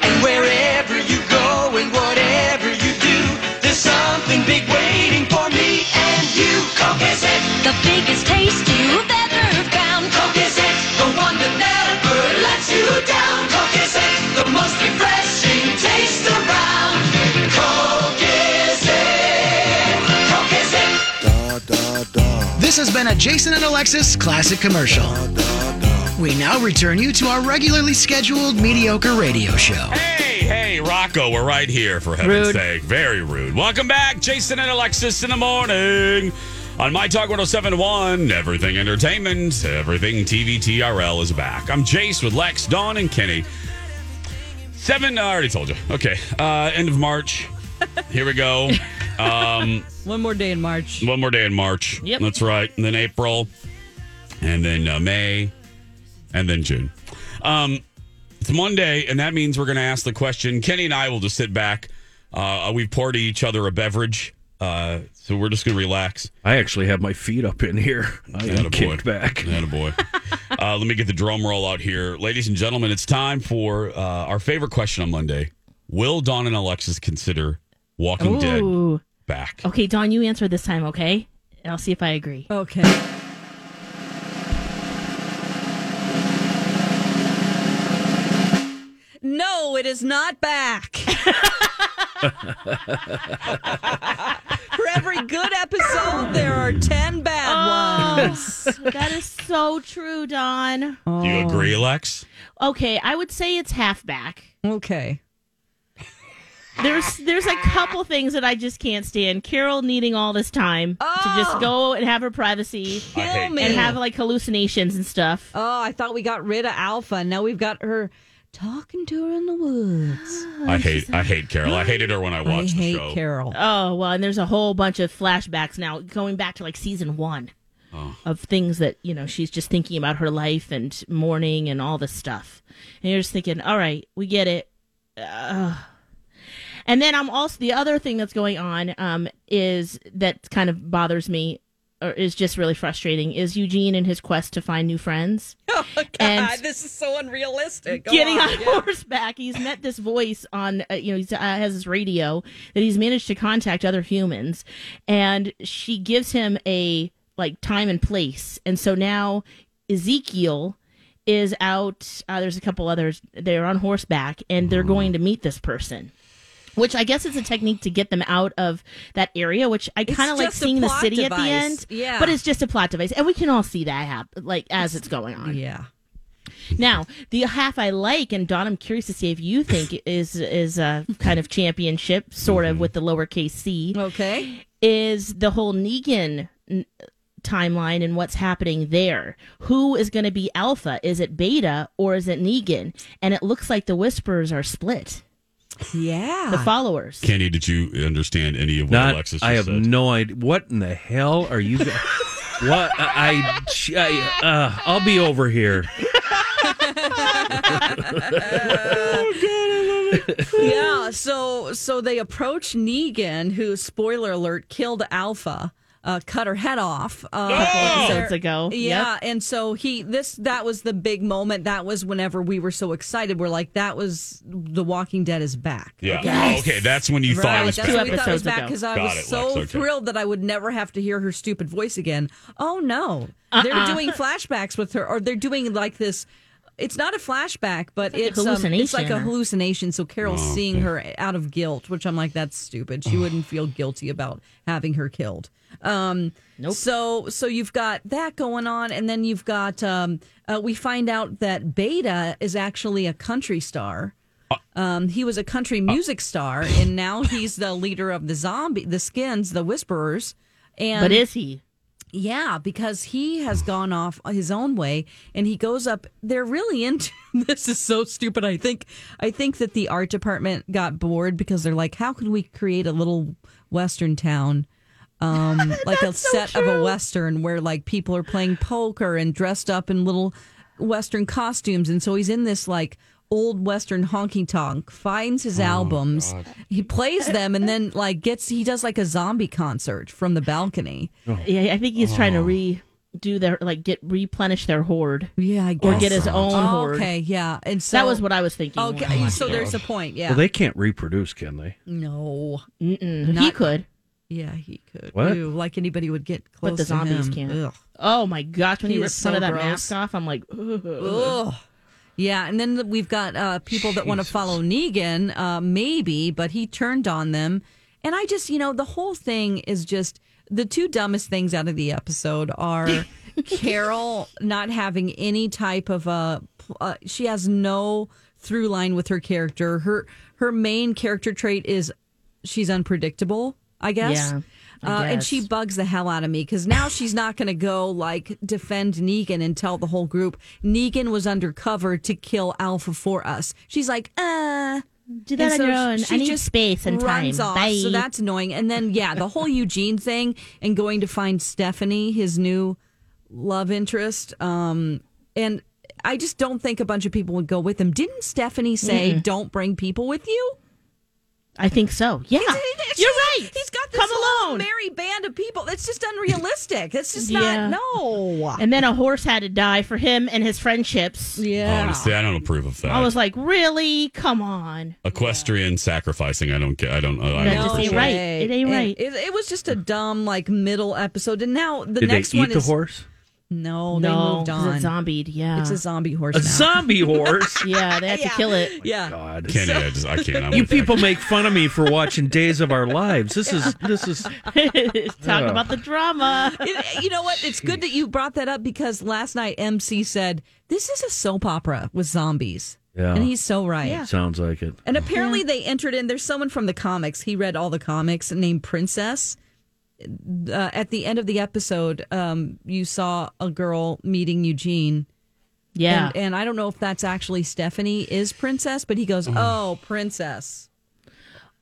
Speaker 12: And wherever you go and whatever you do, there's something big waiting for me and you. Coke is it the biggest taste you've ever found? Coke is it the one that never lets you down? Coke is it the most refreshing taste around? Coke is it? Coke is it?
Speaker 1: This has been a Jason and Alexis classic commercial. We now return you to our regularly scheduled mediocre radio show.
Speaker 6: hey, hey, Rocco, we're right here, for heaven's sake. Very rude. Welcome back, Jason and Alexis in the morning. On My Talk 1071, everything entertainment, everything TV TRL is back. I'm Jace with Lex, Dawn, and Kenny. Seven, I already told you. Okay, uh, end of March. Here we go. Um,
Speaker 5: One more day in March.
Speaker 6: one more day in March.
Speaker 5: Yep.
Speaker 6: That's right. And then April, and then uh, May, and then June. Um, it's Monday, and that means we're going to ask the question. Kenny and I will just sit back. Uh, we've poured each other a beverage, uh, so we're just going to relax.
Speaker 8: I actually have my feet up in here. I am
Speaker 6: Attaboy.
Speaker 8: kicked back.
Speaker 6: Attaboy. uh, let me get the drum roll out here. Ladies and gentlemen, it's time for uh, our favorite question on Monday. Will Don and Alexis consider Walking
Speaker 7: Ooh.
Speaker 6: Dead back?
Speaker 7: Okay, Don, you answer this time, okay? And I'll see if I agree.
Speaker 5: Okay. No, [LAUGHS] it is not back. every good episode, there are 10 bad
Speaker 7: Oh,
Speaker 5: ones.
Speaker 7: that is so true, Don.
Speaker 6: Do you agree, Lex?
Speaker 7: Okay, I would say it's half back.
Speaker 5: Okay.
Speaker 7: There's there's a couple things that I just can't stand. Carol needing all this time to just go and have her privacy
Speaker 5: I hate
Speaker 7: and
Speaker 5: me.
Speaker 7: have like hallucinations and stuff.
Speaker 5: Oh, I thought we got rid of Alpha. Now we've got her talking to her in the woods.
Speaker 6: I hate I hate Carol. I hated her when I watched the show.
Speaker 7: Oh well, and there's a whole bunch of flashbacks now going back to like season one of things that you know she's just thinking about her life and mourning and all this stuff. And you're just thinking, all right, we get it. Ugh. And then I'm also the other thing that's going on um, is that kind of bothers me or is just really frustrating is Eugene and his quest to find new friends.
Speaker 5: Oh God,
Speaker 7: And-
Speaker 5: this is so unrealistic. Go
Speaker 7: getting on,
Speaker 5: yeah.
Speaker 7: horseback. He's met this voice on, uh, you know, he uh, has his radio that he's managed to contact other humans, and she gives him a like time and place, and so now Ezekiel is out. Uh, there's a couple others. They're on horseback, and they're going to meet this person. Which I guess is a technique to get them out of that area, which I
Speaker 5: It's
Speaker 7: kind of like
Speaker 5: just a
Speaker 7: seeing the
Speaker 5: plot
Speaker 7: city at the
Speaker 5: device.
Speaker 7: end.
Speaker 5: Yeah.
Speaker 7: But it's just a plot device. And we can all see that happen, like as it's going on.
Speaker 5: [LAUGHS] Yeah.
Speaker 7: Now, the half I like, and Don, I'm curious to see if you
Speaker 5: [LAUGHS]
Speaker 7: think is is a kind of championship, sort
Speaker 5: Mm-hmm.
Speaker 7: of with the lowercase c.
Speaker 5: Okay,
Speaker 7: is the whole Negan n- timeline and what's happening there? Who is going to be alpha? Is it beta or is it Negan? And it looks like the whispers are split.
Speaker 5: Yeah,
Speaker 7: [LAUGHS] the followers.
Speaker 6: Candy, did you understand any of what
Speaker 8: Not,
Speaker 6: Alexis just
Speaker 8: I have
Speaker 6: said?
Speaker 8: no idea. What in the hell are you?
Speaker 6: [LAUGHS]
Speaker 8: what I, I uh, I'll be over here.
Speaker 5: yeah. So, so they approach Negan, who spoiler alert killed Alpha, uh, cut her head off uh, a couple
Speaker 7: Oh!
Speaker 5: episodes
Speaker 7: Episodes ago.
Speaker 5: Yeah,
Speaker 7: Yep.
Speaker 5: and so he this that was the big moment. That was whenever we were so excited. We're like, that was The Walking Dead is back.
Speaker 6: Yeah.
Speaker 5: Yes.
Speaker 6: Oh, okay, that's when you thought it
Speaker 5: Right,
Speaker 6: was
Speaker 5: that's
Speaker 6: back.
Speaker 5: what we thought it was back because I
Speaker 6: Got
Speaker 5: was
Speaker 6: it,
Speaker 5: so
Speaker 6: Lex, okay.
Speaker 5: thrilled that I would never have to hear her stupid voice again. Oh no, they're
Speaker 7: Uh-uh.
Speaker 5: doing flashbacks with her, or they're doing like this. It's not a flashback, but
Speaker 7: It's
Speaker 5: it's
Speaker 7: like a
Speaker 5: um, it's like
Speaker 7: hallucination
Speaker 5: a
Speaker 7: or-
Speaker 5: hallucination. So Carol's
Speaker 7: Oh,
Speaker 5: seeing
Speaker 7: okay.
Speaker 5: her out of guilt, which I'm like, that's stupid. She
Speaker 6: [SIGHS]
Speaker 5: wouldn't feel guilty about having her killed. Um, nope. So so you've got that going on, and then you've got um, uh, we find out that Beta is actually a country star. Um, he was a country music star, and now he's the leader of the zombie, the Skins, the Whisperers. And
Speaker 7: But is he?
Speaker 5: Yeah, because he has gone off his own way, and he goes up. They're really into [LAUGHS] this. Is so stupid. I think. I think that the art department got bored because they're like, how can we create a little western town? Um, like a set of a western where like people are playing poker and dressed up in little western costumes, and so he's in this like old western honky tonk. Finds his albums, he plays them, and then like gets he does like a zombie concert from the balcony.
Speaker 7: Yeah, I think he's trying
Speaker 5: Oh.
Speaker 7: to redo their like get replenish their horde.
Speaker 5: Yeah, I
Speaker 7: or get his own
Speaker 5: Oh,
Speaker 7: horde.
Speaker 5: Okay, yeah, and so
Speaker 7: that was what I was thinking. when I
Speaker 5: Okay,
Speaker 7: watched
Speaker 5: so
Speaker 7: it.
Speaker 5: there's a point. Yeah,
Speaker 8: Well, they can't reproduce, can they?
Speaker 5: no,
Speaker 7: he could.
Speaker 5: Yeah, he could.
Speaker 8: What?
Speaker 5: Ew, like anybody would get close.
Speaker 7: But the
Speaker 5: to
Speaker 7: zombies
Speaker 5: him.
Speaker 7: can't.
Speaker 5: Ugh.
Speaker 7: Oh my gosh! When he,
Speaker 5: He
Speaker 7: ripped
Speaker 5: is
Speaker 7: some of
Speaker 5: so
Speaker 7: that
Speaker 5: gross.
Speaker 7: mask off, I'm like, ugh.
Speaker 5: Ugh. Yeah, and then we've got uh, people that want to follow Negan, uh, maybe, but he turned on them. And I just, you know, the whole thing is just the two dumbest things out of the episode are
Speaker 7: [LAUGHS]
Speaker 5: Carol not having any type of a. Uh, she has no through line with her character. Her her main character trait is she's unpredictable. I guess.
Speaker 7: Yeah,
Speaker 5: Uh,
Speaker 7: I
Speaker 5: and she
Speaker 7: guess.
Speaker 5: bugs the hell out of me because now she's not going to go like defend Negan and tell the whole group Negan was undercover to kill Alpha for us. She's like, uh,
Speaker 7: Do that
Speaker 5: and
Speaker 7: on your own. I need space and
Speaker 5: runs
Speaker 7: time.
Speaker 5: Off,
Speaker 7: Bye.
Speaker 5: So that's annoying. And then yeah, the whole Eugene thing and going to find Stephanie, his new love interest. Um, and I just don't think a bunch of people would go with him. Didn't Stephanie say,
Speaker 7: Mm-mm.
Speaker 5: "Don't bring people with you"?
Speaker 7: I think so. Yeah,
Speaker 5: [LAUGHS]
Speaker 7: you're right.
Speaker 5: He's got this
Speaker 7: Come
Speaker 5: whole
Speaker 7: alone.
Speaker 5: merry band of people. That's just unrealistic. That's just
Speaker 7: Yeah.
Speaker 5: not no.
Speaker 7: And then a horse had to die for him and his friendships.
Speaker 5: Yeah.
Speaker 6: Oh, Honestly, I don't approve of that.
Speaker 7: I was like, really? Come on.
Speaker 6: Equestrian sacrificing. I don't. ca- I don't. uh, I don't
Speaker 7: just ain't
Speaker 6: appreciate it.
Speaker 7: right.
Speaker 5: way.
Speaker 7: It ain't
Speaker 5: And
Speaker 7: right.
Speaker 5: It, it was just a dumb like middle episode, and now the
Speaker 8: Did
Speaker 5: next
Speaker 8: they eat
Speaker 5: one
Speaker 8: the
Speaker 5: is
Speaker 8: horse?
Speaker 5: No, they
Speaker 7: No,
Speaker 5: moved
Speaker 7: 'cause
Speaker 5: on.
Speaker 7: it's zombied, yeah.
Speaker 5: It's a zombie horse.
Speaker 8: A
Speaker 5: now.
Speaker 8: zombie horse.
Speaker 5: [LAUGHS]
Speaker 7: yeah, they had to kill it. [LAUGHS]
Speaker 5: Yeah.
Speaker 8: God,
Speaker 6: Can't, yeah, just- I can't. I'm
Speaker 8: you
Speaker 6: with that.
Speaker 8: people make fun of me for watching Days of Our Lives. This is this is
Speaker 7: Talking
Speaker 8: Yeah.
Speaker 7: about the drama.
Speaker 5: It- you know what? It's good that you brought that up because last night MC said this is a soap opera with zombies.
Speaker 8: Yeah.
Speaker 5: And he's so right.
Speaker 8: sounds like it.
Speaker 5: And apparently they entered in. There's someone from the comics. He read all the comics named Princess. Uh, at the end of the episode, um, you saw a girl meeting Eugene.
Speaker 7: Yeah.
Speaker 5: And, and I don't know if that's actually Stephanie is Princess, but he goes,
Speaker 8: Mm-hmm.
Speaker 5: "Oh, Princess."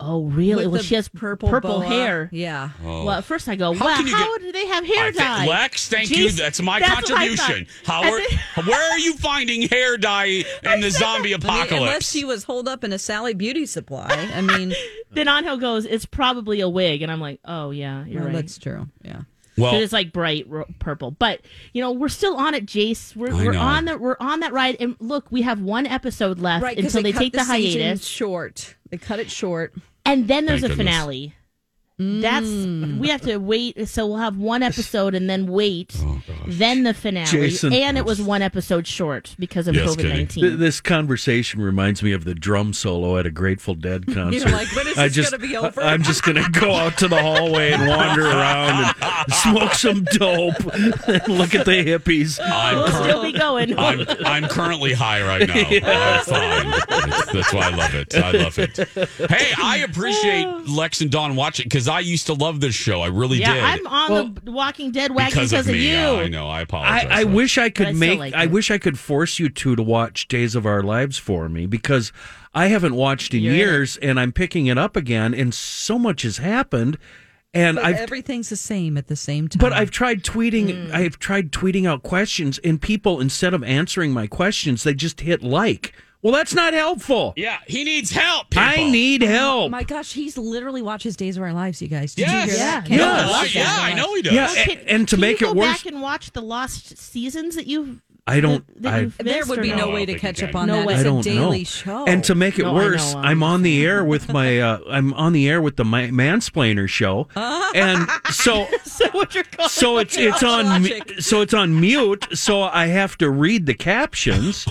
Speaker 7: Oh, really?
Speaker 5: With
Speaker 7: well,
Speaker 5: the
Speaker 7: she has
Speaker 5: purple
Speaker 7: purple,
Speaker 5: boa.
Speaker 7: hair.
Speaker 5: Yeah.
Speaker 6: Oh.
Speaker 7: Well, at first I go,
Speaker 6: How
Speaker 7: wow,
Speaker 6: can you
Speaker 7: how
Speaker 6: get-
Speaker 7: do they have hair
Speaker 6: I thi-
Speaker 7: dye?
Speaker 6: Lex, thank you.
Speaker 7: Jeez,
Speaker 6: That's my
Speaker 7: that's what I thought.
Speaker 6: contribution.
Speaker 7: I
Speaker 6: Howard,
Speaker 7: said-
Speaker 6: where are you finding hair dye in the zombie
Speaker 5: I mean, unless
Speaker 6: apocalypse?
Speaker 5: she was holed up in a Sally Beauty supply. I mean,
Speaker 7: [LAUGHS] Then Angel goes, it's probably a wig. And I'm like, oh, yeah, you're
Speaker 5: well,
Speaker 7: [LAUGHS] right.
Speaker 5: that's true. Yeah.
Speaker 7: Well,
Speaker 6: Well-
Speaker 7: it's like bright ro- purple, but you know we're still on it, Jace. We're,
Speaker 6: I
Speaker 7: we're
Speaker 6: know.
Speaker 7: on that. We're on that ride, and look, we have one episode left
Speaker 5: Right, 'cause
Speaker 7: until
Speaker 5: they
Speaker 7: they,
Speaker 5: cut
Speaker 7: take
Speaker 5: the
Speaker 7: the
Speaker 5: season
Speaker 7: hiatus
Speaker 5: short. They cut it short,
Speaker 7: and then there's
Speaker 6: Thank
Speaker 7: a
Speaker 6: goodness.
Speaker 7: finale. That's
Speaker 5: Mm.
Speaker 7: we have to wait. So we'll have one episode and then wait,
Speaker 6: Oh,
Speaker 7: then the finale,
Speaker 8: Jason.
Speaker 7: and it was one episode short because of
Speaker 8: Yes,
Speaker 7: COVID
Speaker 8: Th-
Speaker 7: nineteen.
Speaker 8: This conversation reminds me of the drum solo at a Grateful
Speaker 7: [LAUGHS]
Speaker 8: Dead concert.
Speaker 7: like, when is
Speaker 8: I
Speaker 7: this
Speaker 8: just,
Speaker 7: gonna be over?
Speaker 8: I, am just going to go out to the hallway and wander around
Speaker 7: [LAUGHS]
Speaker 8: and smoke some dope and look at the hippies.
Speaker 6: I'm
Speaker 7: We'll still be going.
Speaker 6: I'm, I'm currently high right now. I'm fine. That's, that's why I love it. I love it. Hey, I appreciate Lex and Dawn watching because I used to love this show. I really
Speaker 7: [LAUGHS] yeah,
Speaker 6: did.
Speaker 7: I'm on the Walking Dead wagon
Speaker 6: because, of, me.
Speaker 7: you.
Speaker 6: Yeah, I know. I apologize.
Speaker 8: I, I wish I could
Speaker 7: I still
Speaker 8: make.
Speaker 7: like
Speaker 8: I
Speaker 7: it.
Speaker 8: wish I could force you two to watch Days of Our Lives for me because I haven't watched in
Speaker 5: You're in it.
Speaker 8: years, and I'm picking it up again, and so much has happened, and
Speaker 5: but
Speaker 8: I've
Speaker 5: everything's the same at the same time.
Speaker 8: But I've tried tweeting.
Speaker 7: Hmm.
Speaker 8: I've tried tweeting out questions, and people instead of answering my questions, they just hit like. Well, that's not helpful.
Speaker 6: Yeah, he needs help. People.
Speaker 8: I
Speaker 7: Oh
Speaker 8: need help.
Speaker 5: my gosh, he's literally watched his Days of Our Lives, you guys. Did
Speaker 6: Oh. Yes.
Speaker 5: you hear that?
Speaker 8: Yeah.
Speaker 5: Kevin?
Speaker 8: Yes.
Speaker 5: Watched
Speaker 6: Yeah,
Speaker 5: Days of Our
Speaker 6: I
Speaker 5: Lives.
Speaker 6: know he does.
Speaker 8: Yeah, a- and to
Speaker 7: Can
Speaker 8: make
Speaker 7: you
Speaker 8: it
Speaker 7: go
Speaker 8: worse,
Speaker 7: back and watch the lost seasons that you've.
Speaker 8: I don't.
Speaker 7: that
Speaker 8: I,
Speaker 7: you've
Speaker 5: There would
Speaker 7: Missed
Speaker 5: be
Speaker 7: or
Speaker 5: no
Speaker 7: not?
Speaker 5: way to
Speaker 6: think
Speaker 5: catch
Speaker 6: you
Speaker 5: up
Speaker 6: can.
Speaker 5: on
Speaker 7: No
Speaker 5: that.
Speaker 7: way.
Speaker 5: It's
Speaker 8: I don't
Speaker 5: a daily
Speaker 8: know.
Speaker 5: show.
Speaker 8: And to make it
Speaker 7: No, I know,
Speaker 8: worse,
Speaker 7: I'm
Speaker 8: I'm on the air with my. Uh, I'm on the air with the my, mansplainer
Speaker 7: [LAUGHS]
Speaker 8: show, and so
Speaker 7: So what you're calling?
Speaker 8: so
Speaker 7: [LAUGHS]
Speaker 8: it's it's on mu-
Speaker 5: Logic.
Speaker 8: so it's on mute. So I have to read the captions,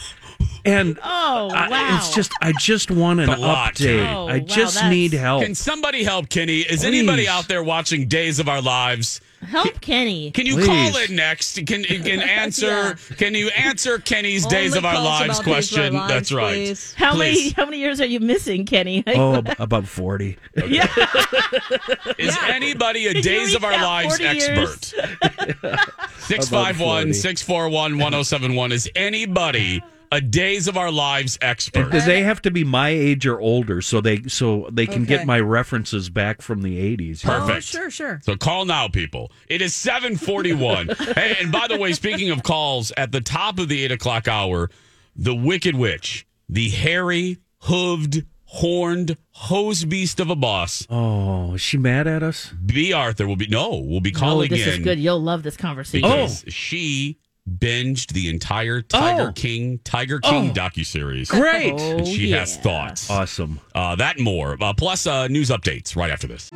Speaker 8: and
Speaker 7: [LAUGHS] Oh wow!
Speaker 8: I- it's just I just want an
Speaker 6: It's a lot.
Speaker 8: update.
Speaker 7: Oh,
Speaker 8: I
Speaker 7: wow,
Speaker 8: just
Speaker 7: that's-
Speaker 8: need help.
Speaker 6: Can somebody help Kenny? Is anybody
Speaker 8: Please.
Speaker 6: out there watching Days of Our Lives?
Speaker 7: help, Kenny.
Speaker 6: Can you
Speaker 8: Please.
Speaker 6: call it next? [LAUGHS] Can can answer? Can you answer Kenny's
Speaker 5: Only
Speaker 6: Days of Our
Speaker 5: calls
Speaker 6: Lives
Speaker 5: about Days of Our
Speaker 6: question?
Speaker 5: Lives,
Speaker 6: That's right.
Speaker 5: please.
Speaker 7: How many
Speaker 6: Please.
Speaker 7: how many years are you missing, Kenny? [LAUGHS]
Speaker 8: [LAUGHS] oh, ab- about forty.
Speaker 6: Is anybody a
Speaker 7: You
Speaker 6: Days of
Speaker 7: reached
Speaker 6: Our
Speaker 7: out
Speaker 6: Lives
Speaker 7: 40 years.
Speaker 6: [LAUGHS] expert? 651 641 1071. Is anybody a Days of Our Lives expert?
Speaker 8: Do they have to be my age or older so they so they can
Speaker 5: Okay.
Speaker 8: get my references back from the eighties?
Speaker 5: Oh,
Speaker 6: Perfect.
Speaker 5: sure, sure.
Speaker 6: So call now, people. It is 741. hey, and by the way, speaking of calls, at the top of the 8 o'clock hour, the Wicked Witch, the hairy, hooved, horned, hose beast of a boss,
Speaker 8: Oh, is she mad at us?
Speaker 6: B. Arthur will be, no, will be
Speaker 7: Oh,
Speaker 6: calling
Speaker 7: this
Speaker 6: in
Speaker 7: is good. You'll love this conversation.
Speaker 6: because she binged the entire Tiger
Speaker 8: Oh.
Speaker 6: King, Tiger King
Speaker 8: Oh.
Speaker 6: docuseries.
Speaker 8: Great.
Speaker 6: And she
Speaker 7: Oh, yeah.
Speaker 6: has thoughts.
Speaker 8: Awesome.
Speaker 6: Uh, that and more. Uh, plus, uh, news updates right after this.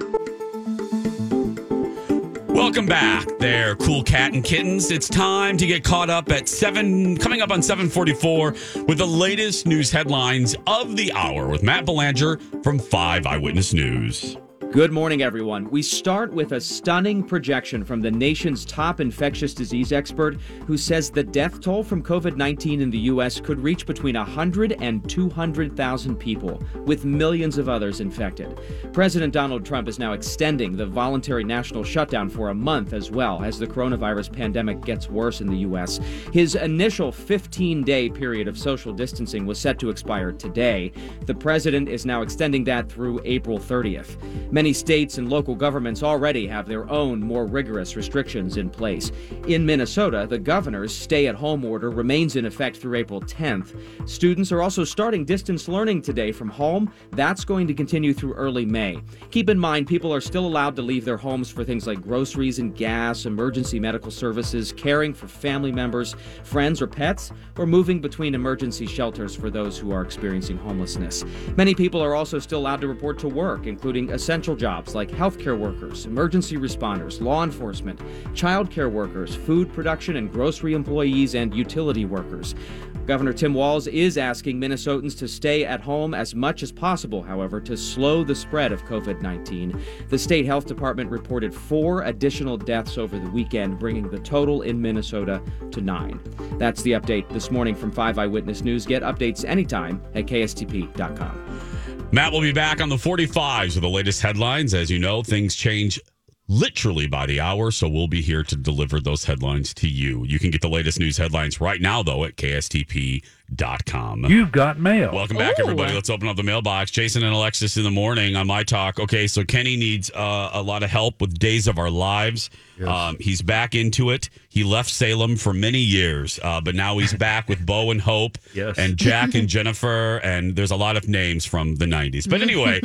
Speaker 6: Welcome back, there, cool cat and kittens. It's time to get caught up at seven, coming up on seven forty-four with the latest news headlines of the hour with Matt Belanger from Five Eyewitness News.
Speaker 11: Good morning, everyone. We start with a stunning projection from the nation's top infectious disease expert who says the death toll from COVID 19 in the U.S. could reach between 100 and 200,000 people, with millions of others infected. President Donald Trump is now extending the voluntary national shutdown for a month as well as the coronavirus pandemic gets worse in the U.S. His initial 15 day period of social distancing was set to expire today. The president is now extending that through April 30th. Many states and local governments already have their own more rigorous restrictions in place. In Minnesota, the governor's stay at home order remains in effect through April 10th. Students are also starting distance learning today from home. That's going to continue through early May. Keep in mind, people are still allowed to leave their homes for things like groceries and gas, emergency medical services, caring for family members, friends, or pets, or moving between emergency shelters for those who are experiencing homelessness. Many people are also still allowed to report to work, including essential essential jobs like healthcare workers, emergency responders, law enforcement, childcare workers, food production and grocery employees, and utility workers. Governor Tim Walz is asking Minnesotans to stay at home as much as possible, however, to slow the spread of COVID 19. The state health department reported four additional deaths over the weekend, bringing the total in Minnesota to nine. That's the update this morning from 5 Eyewitness News. Get updates anytime at KSTP.com.
Speaker 6: Matt will be back on the 45s with the latest headlines. As you know, things change literally by the hour, so we'll be here to deliver those headlines to you. You can get the latest news headlines right now, though, at KSTP.com.
Speaker 8: You've got mail.
Speaker 6: Welcome back,
Speaker 8: Ooh.
Speaker 6: everybody. Let's open up the mailbox. Jason and Alexis in the morning on my talk. Okay, so Kenny needs uh, a lot of help with Days of Our Lives. Um, he's back into it. He left Salem for many years, uh, but now he's back with Bo and Hope
Speaker 8: [LAUGHS] Yes.
Speaker 6: and Jack
Speaker 8: [LAUGHS]
Speaker 6: and Jennifer. And there's a lot of names from the 90s.
Speaker 8: [LAUGHS]
Speaker 6: But anyway,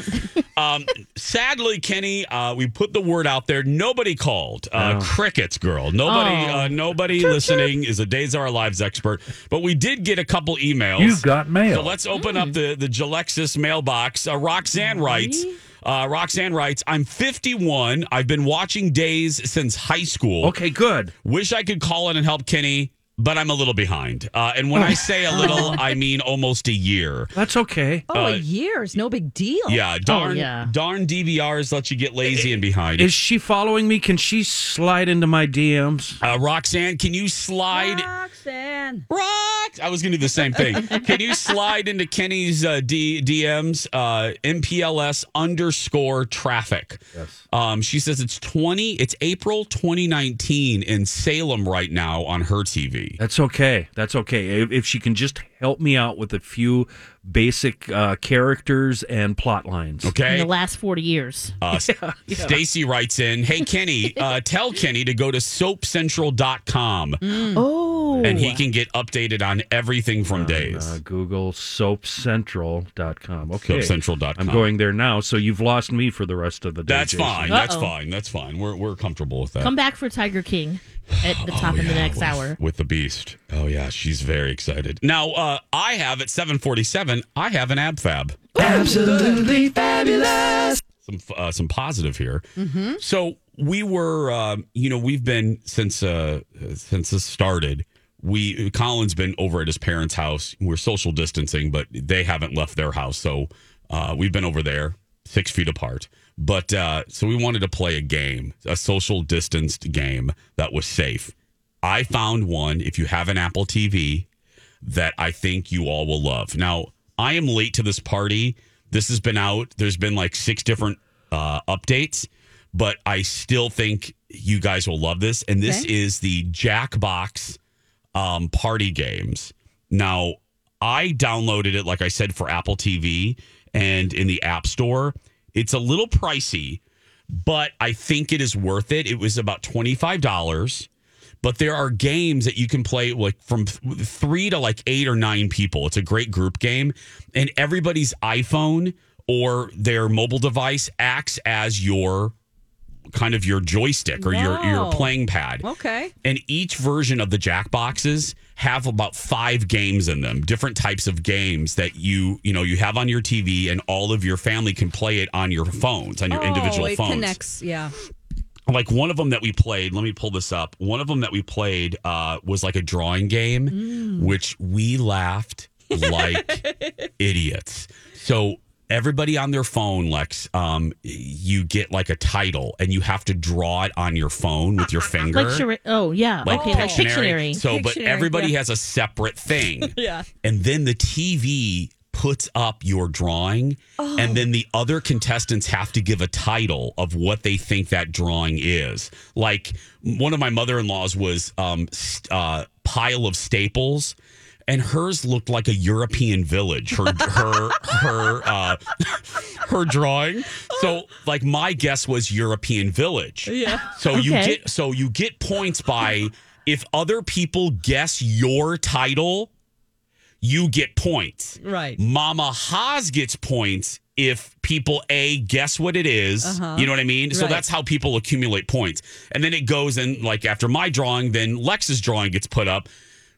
Speaker 6: um, sadly, Kenny, uh, we put the word out there. Nobody called. Uh, Crickets girl. Nobody.
Speaker 8: Oh.
Speaker 6: Uh, nobody listening is a Days of Our Lives expert. But we did get a couple emails.
Speaker 8: You've got mail. Hmm.
Speaker 6: So let's open up the the Jalexis mailbox. Uh, Roxanne writes. Uh, Roxanne writes, I'm 51. I've been watching Days since high school.
Speaker 8: Okay, good.
Speaker 6: Wish I could call in and help Kenny, but I'm a little behind. Uh,
Speaker 8: [LAUGHS]
Speaker 6: and when I say a little, I mean almost a year.
Speaker 8: That's okay.
Speaker 5: Oh,
Speaker 6: Uh,
Speaker 5: a year is no big deal.
Speaker 6: Yeah,
Speaker 8: Oh,
Speaker 6: darn, darn DVRs let you get lazy and behind.
Speaker 8: Is she following me? Can she slide into my DMs?
Speaker 6: Uh, Roxanne, can you slide?
Speaker 5: Roxanne.
Speaker 6: Rox. I was going to do the same thing. Can you slide into Kenny's uh, D- DMs? Uh, MPLS underscore traffic. Yes. Um, she says it's twenty. It's April 2019 in Salem right now on her TV.
Speaker 8: That's okay. That's okay. If, if she can just help me out with a few basic uh, characters and plot lines.
Speaker 6: Okay.
Speaker 7: in the last 40 years.
Speaker 6: Uh, Stacy writes in, "Hey Kenny, uh, tell Kenny to go to soapcentral.com
Speaker 7: Oh.
Speaker 6: and he can get updated on everything from days."
Speaker 8: Uh, Google soapcentral.com. Okay.
Speaker 6: Soapcentral.com.
Speaker 8: I'm going there now, so you've lost me for the rest of the day.
Speaker 6: That's
Speaker 8: Jason.
Speaker 6: fine. That's fine. That's fine. We're we're comfortable with that.
Speaker 7: Come back for Tiger King at the top of the next hour.
Speaker 6: Oh, with the beast. Oh yeah, she's very excited. Now uh, I have at 7:47. I have an ab fab.
Speaker 12: Absolutely fabulous.
Speaker 6: Some uh, some positive here.
Speaker 7: Mm-hmm.
Speaker 6: So we were, um, you know, we've been since uh, since this started. We Colin's been over at his parents' house. We're social distancing, but they haven't left their house, so uh, we've been over there six feet apart. But uh, so we wanted to play a game, a social distanced game that was safe. I found one. If you have an Apple TV, that I think you all will love. Now, I am late to this party. This has been out. There's been like six different uh, updates, but I still think you guys will love this. And this
Speaker 13: Okay.
Speaker 6: is the Jackbox um, party games. Now, I downloaded it, like I said, for Apple TV and in the App Store. It's a little pricey, but I think it is worth it. It was about $25 but there are games that you can play like from th- three to like eight or nine people. It's a great group game, and everybody's iPhone or their mobile device acts as your kind of your joystick or your
Speaker 5: Wow.
Speaker 6: your playing pad.
Speaker 5: Okay.
Speaker 6: And each version of the Jackboxes have about five games in them, different types of games that you you know you have on your TV, and all of your family can play it on your phones, on your individual
Speaker 5: oh, it
Speaker 6: phones
Speaker 5: connects. Yeah.
Speaker 6: like one of them that we played let me pull this up one of them that we played uh, was like a drawing game
Speaker 5: Mm.
Speaker 6: which we laughed
Speaker 5: [LAUGHS]
Speaker 6: like idiots so everybody on their phone lex um, you get like a title and you have to draw it on your phone with your finger
Speaker 7: Like, Shari- oh, yeah.
Speaker 6: Like
Speaker 7: okay, like Pictionary.
Speaker 6: so but
Speaker 7: Pictionary,
Speaker 6: everybody
Speaker 7: yeah.
Speaker 6: has a separate thing
Speaker 7: [LAUGHS] yeah.
Speaker 6: and then the TV puts up your drawing
Speaker 7: Oh.
Speaker 6: and then the other contestants have to give a title of what they think that drawing is like one of my mother-in-laws was um st- uh pile of staples and hers looked like a European village. Her her
Speaker 7: [LAUGHS]
Speaker 6: her uh, [LAUGHS] her drawing. So, like my guess was European village.
Speaker 12: Yeah.
Speaker 6: So you
Speaker 12: Okay.
Speaker 6: get so you get points by if other people guess your title, you get points.
Speaker 5: Right.
Speaker 6: Mama Haas gets points if people A guess what it is.
Speaker 12: Uh-huh.
Speaker 6: You know what I mean? So
Speaker 12: Right.
Speaker 6: that's how people accumulate points. And then it goes and like after my drawing, then Lex's drawing gets put up.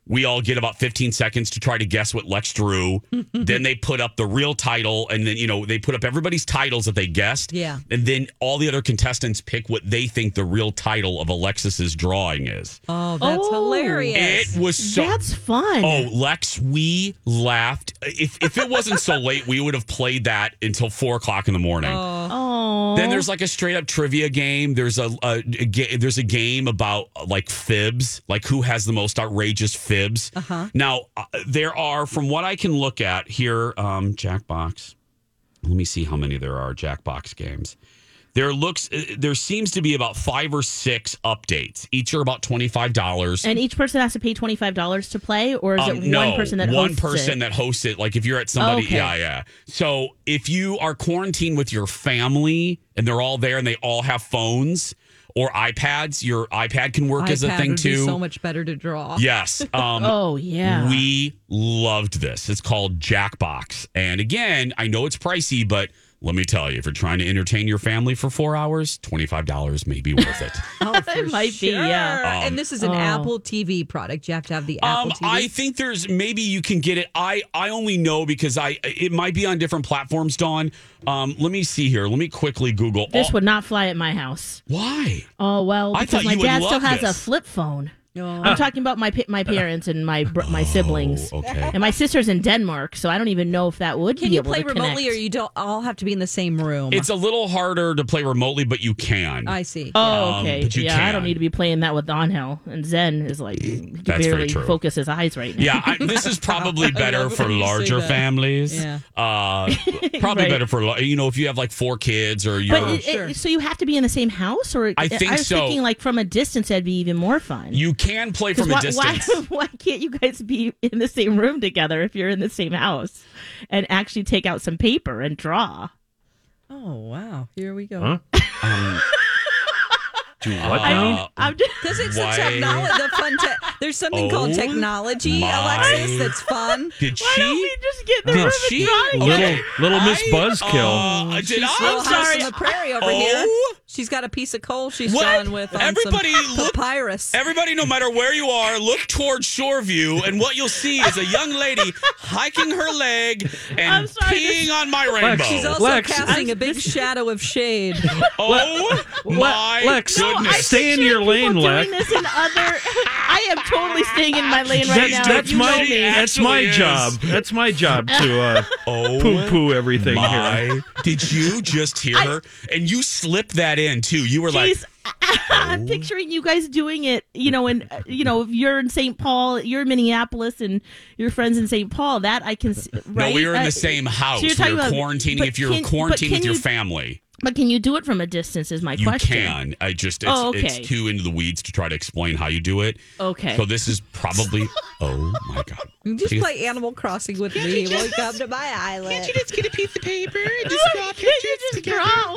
Speaker 6: We all get about 15 seconds to try to guess what Lex
Speaker 12: [LAUGHS]
Speaker 6: drew. then they put up the real title, and then, you know, they put up everybody's titles that they guessed.
Speaker 13: Yeah.
Speaker 6: And then all the other contestants pick what they think the real title of Alexis's drawing is.
Speaker 5: Oh, that's hilarious.
Speaker 6: It was so.
Speaker 7: That's fun.
Speaker 6: Oh, Lex, we laughed. If if it wasn't so late, we would have played that until four o'clock in the morning.
Speaker 7: Oh.
Speaker 6: Then there's like a straight up trivia game. There's a, a, a ga- there's a game about uh, like fibs, like who has the most outrageous fibs.
Speaker 12: Uh-huh.
Speaker 6: Now uh, there are, from what I can look at here, um, Jackbox. Let me see how many there are Jackbox games. There looks uh, there seems to be about five or six updates. Each are about twenty five dollars.
Speaker 7: And each person has to pay twenty five dollars to play, or is
Speaker 6: Um,
Speaker 7: it
Speaker 6: no,
Speaker 7: one person that
Speaker 6: one
Speaker 7: hosts
Speaker 6: person
Speaker 7: it?
Speaker 6: that hosts it? Like if you're at somebody,
Speaker 7: Okay.
Speaker 6: yeah, yeah. So if you are quarantined with your family and they're all there and they all have phones or iPads, your iPad can work as a
Speaker 5: iPad
Speaker 6: thing
Speaker 5: would be
Speaker 6: too.
Speaker 5: so much better to draw.
Speaker 7: [LAUGHS]
Speaker 6: Yes. Um,
Speaker 7: Oh, yeah.
Speaker 6: We loved this. It's called Jackbox, and again, I know it's pricey, but. Let me tell you, if you're trying to entertain your family for four hours, $25 may be worth
Speaker 7: [LAUGHS]
Speaker 6: it. [LAUGHS]
Speaker 5: it
Speaker 7: might be, yeah.
Speaker 6: Um,
Speaker 5: Oh, and this is an
Speaker 6: Oh.
Speaker 5: Apple TV product. You have to have the Apple
Speaker 6: Um,
Speaker 5: TV.
Speaker 6: I think there's maybe you can get it. I I only know because I it might be on different platforms. Dawn, um, let me see here. Let me quickly Google.
Speaker 7: This
Speaker 6: all-
Speaker 7: would not fly at my house.
Speaker 6: Why?
Speaker 7: Oh well,
Speaker 6: I
Speaker 7: because
Speaker 6: thought
Speaker 7: my
Speaker 6: you would
Speaker 7: dad still
Speaker 6: love
Speaker 7: has a
Speaker 6: this.
Speaker 7: flip phone. I'm talking about my pa- my parents and my br-
Speaker 6: Oh,
Speaker 7: my siblings, and my sister's in Denmark, so I don't even know if that would
Speaker 5: Can
Speaker 7: be
Speaker 5: you
Speaker 7: able
Speaker 5: play
Speaker 7: to
Speaker 5: remotely, or
Speaker 7: connect.
Speaker 5: you don't all have to be in the same room?
Speaker 6: it's a little harder to play remotely, but you can.
Speaker 5: I see.
Speaker 7: Oh,
Speaker 6: Um,
Speaker 7: okay.
Speaker 6: but you
Speaker 7: yeah, I don't
Speaker 6: can.
Speaker 7: need to be playing that with Don Hell. And Zen is like, he can
Speaker 6: That's very
Speaker 7: barely
Speaker 6: true.
Speaker 7: focus his eyes right now.
Speaker 6: Yeah, I, this is
Speaker 7: [LAUGHS]
Speaker 6: probably better for
Speaker 7: when you say
Speaker 6: larger
Speaker 7: that.
Speaker 6: families.
Speaker 7: Yeah. [LAUGHS]
Speaker 6: Uh, probably
Speaker 7: Right.
Speaker 6: better for lar- you know if you have like four kids or you're.
Speaker 7: [LAUGHS] But it, it, so you have to be in the same house, or
Speaker 6: I think
Speaker 7: I was
Speaker 6: so.
Speaker 7: thinking like from a distance that'd be even more fun.
Speaker 6: you can play
Speaker 7: 'Cause
Speaker 6: from a
Speaker 7: why- why-
Speaker 6: distance.
Speaker 7: [LAUGHS] Why, can't you guys be in the same room together if you're in the same house and actually take out some paper and draw?
Speaker 5: Oh wow! Here we go.
Speaker 8: Huh?
Speaker 6: Um,
Speaker 8: do what
Speaker 6: Uh,
Speaker 8: now?
Speaker 5: Because it's the
Speaker 8: Why?
Speaker 5: technology. The fun. Te- there's something
Speaker 8: Oh
Speaker 5: called technology,
Speaker 8: my-
Speaker 5: Alexis. That's fun.
Speaker 6: Did she? Oh,
Speaker 7: Just get
Speaker 8: the Did room and she? drawing Little- it. little Miss Buzzkill.
Speaker 6: Uh, did
Speaker 5: She's
Speaker 6: I?
Speaker 5: Little
Speaker 6: I'm
Speaker 5: House
Speaker 6: sorry.
Speaker 5: on the Prairie over
Speaker 6: Oh.
Speaker 5: here. She's got a piece of coal she's
Speaker 6: What?
Speaker 5: drawing with on [LAUGHS]
Speaker 6: Everybody
Speaker 5: some
Speaker 6: look-
Speaker 5: papyrus.
Speaker 6: Everybody, no matter where you are, look towards Shoreview, and what you'll see is a young lady hiking her leg and peeing on my rainbow.
Speaker 5: She's also casting a big shadow of shade.
Speaker 6: oh my
Speaker 8: Lex,
Speaker 6: goodness!
Speaker 8: stay in your lane, Lex.
Speaker 7: Doing this in other, [LAUGHS] I am totally staying in my lane right
Speaker 8: That's,
Speaker 7: now.
Speaker 8: that's
Speaker 7: You know
Speaker 8: my
Speaker 7: me.
Speaker 8: that's my
Speaker 6: Actually is.
Speaker 8: job. That's my job to
Speaker 6: [LAUGHS]
Speaker 8: uh,
Speaker 6: Oh,
Speaker 8: poo poo everything
Speaker 6: my.
Speaker 8: here.
Speaker 6: Did you just hear her? And you slipped that in too. You were like, "Oh."
Speaker 7: Jeez, [LAUGHS] I'm picturing you guys doing it. You know, and uh, you know, if you're in St. Paul, you're in Minneapolis, and your friends in St. Paul. That I can. s- Right?
Speaker 6: "No, we were in
Speaker 7: Uh,
Speaker 6: the same house.
Speaker 7: you're
Speaker 6: we
Speaker 7: talking
Speaker 6: were
Speaker 7: about-
Speaker 6: quarantining.
Speaker 7: but
Speaker 6: If you're
Speaker 7: can- but
Speaker 6: quarantining
Speaker 7: can
Speaker 6: with your
Speaker 7: you-
Speaker 6: family,
Speaker 7: But can you do it from a distance? Is my
Speaker 6: you
Speaker 7: question.
Speaker 6: can. I just it's,
Speaker 7: Oh, okay.
Speaker 6: it's too into the weeds to try to explain how you do it.
Speaker 7: Okay.
Speaker 6: So this is probably. oh my god.
Speaker 5: You just
Speaker 6: Please.
Speaker 5: play Animal Crossing with
Speaker 7: Can't
Speaker 5: me.
Speaker 7: you
Speaker 5: Welcome
Speaker 7: just-
Speaker 5: to my island. Can't you
Speaker 7: just
Speaker 5: get a piece of paper and
Speaker 7: just draw Can't you pictures just together? draw?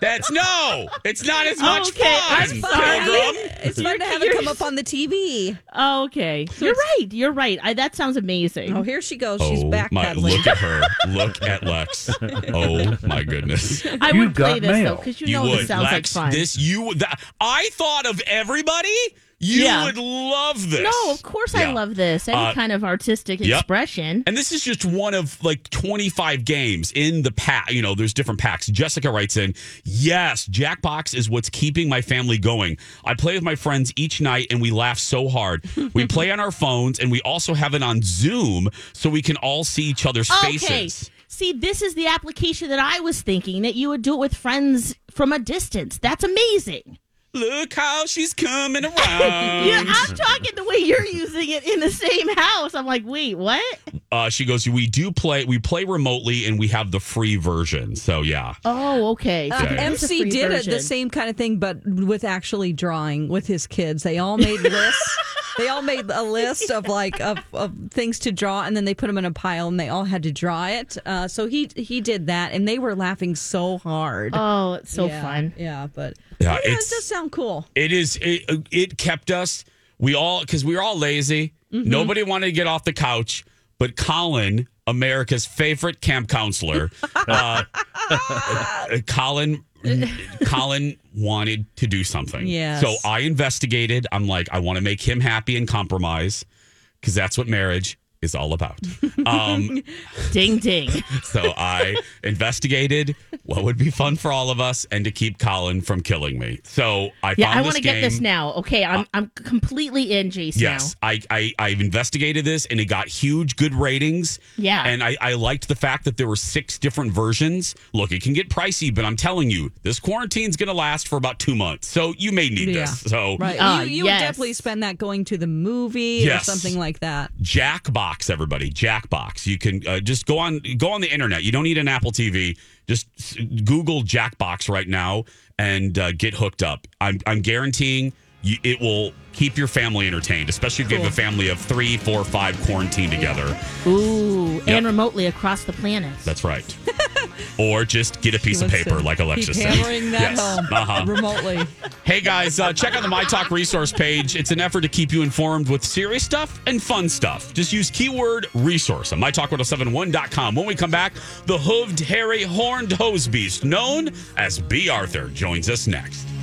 Speaker 6: That's no. It's not as much
Speaker 7: Okay,
Speaker 6: fun.
Speaker 7: I'm sorry.
Speaker 6: Pilgrim.
Speaker 5: It's fun to have it
Speaker 7: You're-
Speaker 5: come up on the TV.
Speaker 7: Oh, okay, you're right. You're right. I, that sounds amazing.
Speaker 5: Oh, here she goes. She's
Speaker 6: oh my!
Speaker 5: backpedaling.
Speaker 6: Look at her. Look at
Speaker 7: [LAUGHS]
Speaker 6: Lex. Oh my goodness.
Speaker 7: I would play this though because you, know
Speaker 6: would.
Speaker 7: this sounds
Speaker 6: Lex,
Speaker 7: like fun.
Speaker 6: This you. would- That, I thought of everybody. You
Speaker 7: Yeah.
Speaker 6: would love this.
Speaker 7: No, of course I
Speaker 6: Yeah.
Speaker 7: love this. Any
Speaker 6: Uh,
Speaker 7: kind of artistic
Speaker 6: yep.
Speaker 7: expression.
Speaker 6: And this is just one of like 25 games in the pack. You know, there's different packs. Jessica writes in, Yes, Jackbox is what's keeping my family going. I play with my friends each night and we laugh so hard. we play on our phones and we also have it on Zoom so we can all see each other's faces.
Speaker 7: See, this is the application that I was thinking that you would do it with friends from a distance. That's amazing.
Speaker 6: Look how she's coming around.
Speaker 7: yeah,
Speaker 6: Mm.
Speaker 7: I'm talking the way you're using it in the same house. I'm like, wait, what?
Speaker 6: Uh, she goes, We do play, we play remotely and we have the free version. So, yeah.
Speaker 7: Oh, okay.
Speaker 5: Uh,
Speaker 7: So there is a
Speaker 5: MC
Speaker 7: free
Speaker 5: did it,
Speaker 7: version.
Speaker 5: the same kind of thing, but with actually drawing with his kids. They all made
Speaker 6: [LAUGHS]
Speaker 5: lists. They all made a list of like of, of things to draw, and then they put them in a pile, and they all had to draw it. Uh, so he he did that, and they were laughing so hard.
Speaker 7: Oh, it's so
Speaker 5: Yeah,
Speaker 7: fun.
Speaker 5: Yeah, but
Speaker 6: Yeah,
Speaker 5: yeah, it
Speaker 6: it's-
Speaker 5: does sound cool.
Speaker 6: It is. It, it kept us. We all because we were all lazy.
Speaker 7: Mm-hmm.
Speaker 6: Nobody wanted to get off the couch, but Colin, America's favorite camp
Speaker 7: [LAUGHS]
Speaker 6: counselor, uh, uh, Colin. Colin wanted to do something.
Speaker 12: Yes.
Speaker 6: So I investigated. I'm like, I want to make him happy and compromise. because that's what marriage is all
Speaker 7: [LAUGHS]
Speaker 6: about. Um, [LAUGHS]
Speaker 7: ding ding.
Speaker 6: so I investigated what would be fun for all of us and to keep Colin from killing me. So I
Speaker 7: yeah,
Speaker 6: found
Speaker 7: I
Speaker 6: this
Speaker 7: want to get
Speaker 6: game.
Speaker 7: this now. Okay, I'm I'm completely in, Jason.
Speaker 6: Yes, I, I I've investigated this and it got huge good ratings.
Speaker 7: Yeah.
Speaker 6: and I, I liked the fact that there were six different versions. Look, it can get pricey, but I'm telling you, this quarantine's going to last for about two months, so you may need
Speaker 5: Yeah.
Speaker 6: this. So
Speaker 5: Right.
Speaker 7: Ah,
Speaker 5: you you would definitely spend that going to the movie
Speaker 6: Yes.
Speaker 5: or something like that.
Speaker 6: Jackbox, everybody, Jackbox. You can uh, just go on go on the internet. You don't need an Apple TV. Just s- Google Jackbox right now and uh, get hooked up. I'm I'm guaranteeing you, it will keep your family entertained, especially if you have a
Speaker 7: Cool.
Speaker 6: family of three, four, five quarantined together.
Speaker 7: Ooh,
Speaker 6: Yep.
Speaker 7: and remotely across the planet.
Speaker 6: That's right. [LAUGHS] or just get a piece of
Speaker 7: wants
Speaker 6: paper,
Speaker 7: to
Speaker 6: like Alexis
Speaker 7: keep
Speaker 6: said. Uh-huh.
Speaker 7: hammering that home [LAUGHS]
Speaker 5: remotely.
Speaker 6: Hey guys, uh, check out the My Talk resource page. It's an effort to keep you informed with serious stuff and fun stuff. Just use keyword resource on mytalk1071.com. When we come back, the hooved, hairy, horned hose beast known as B. Arthur joins us next.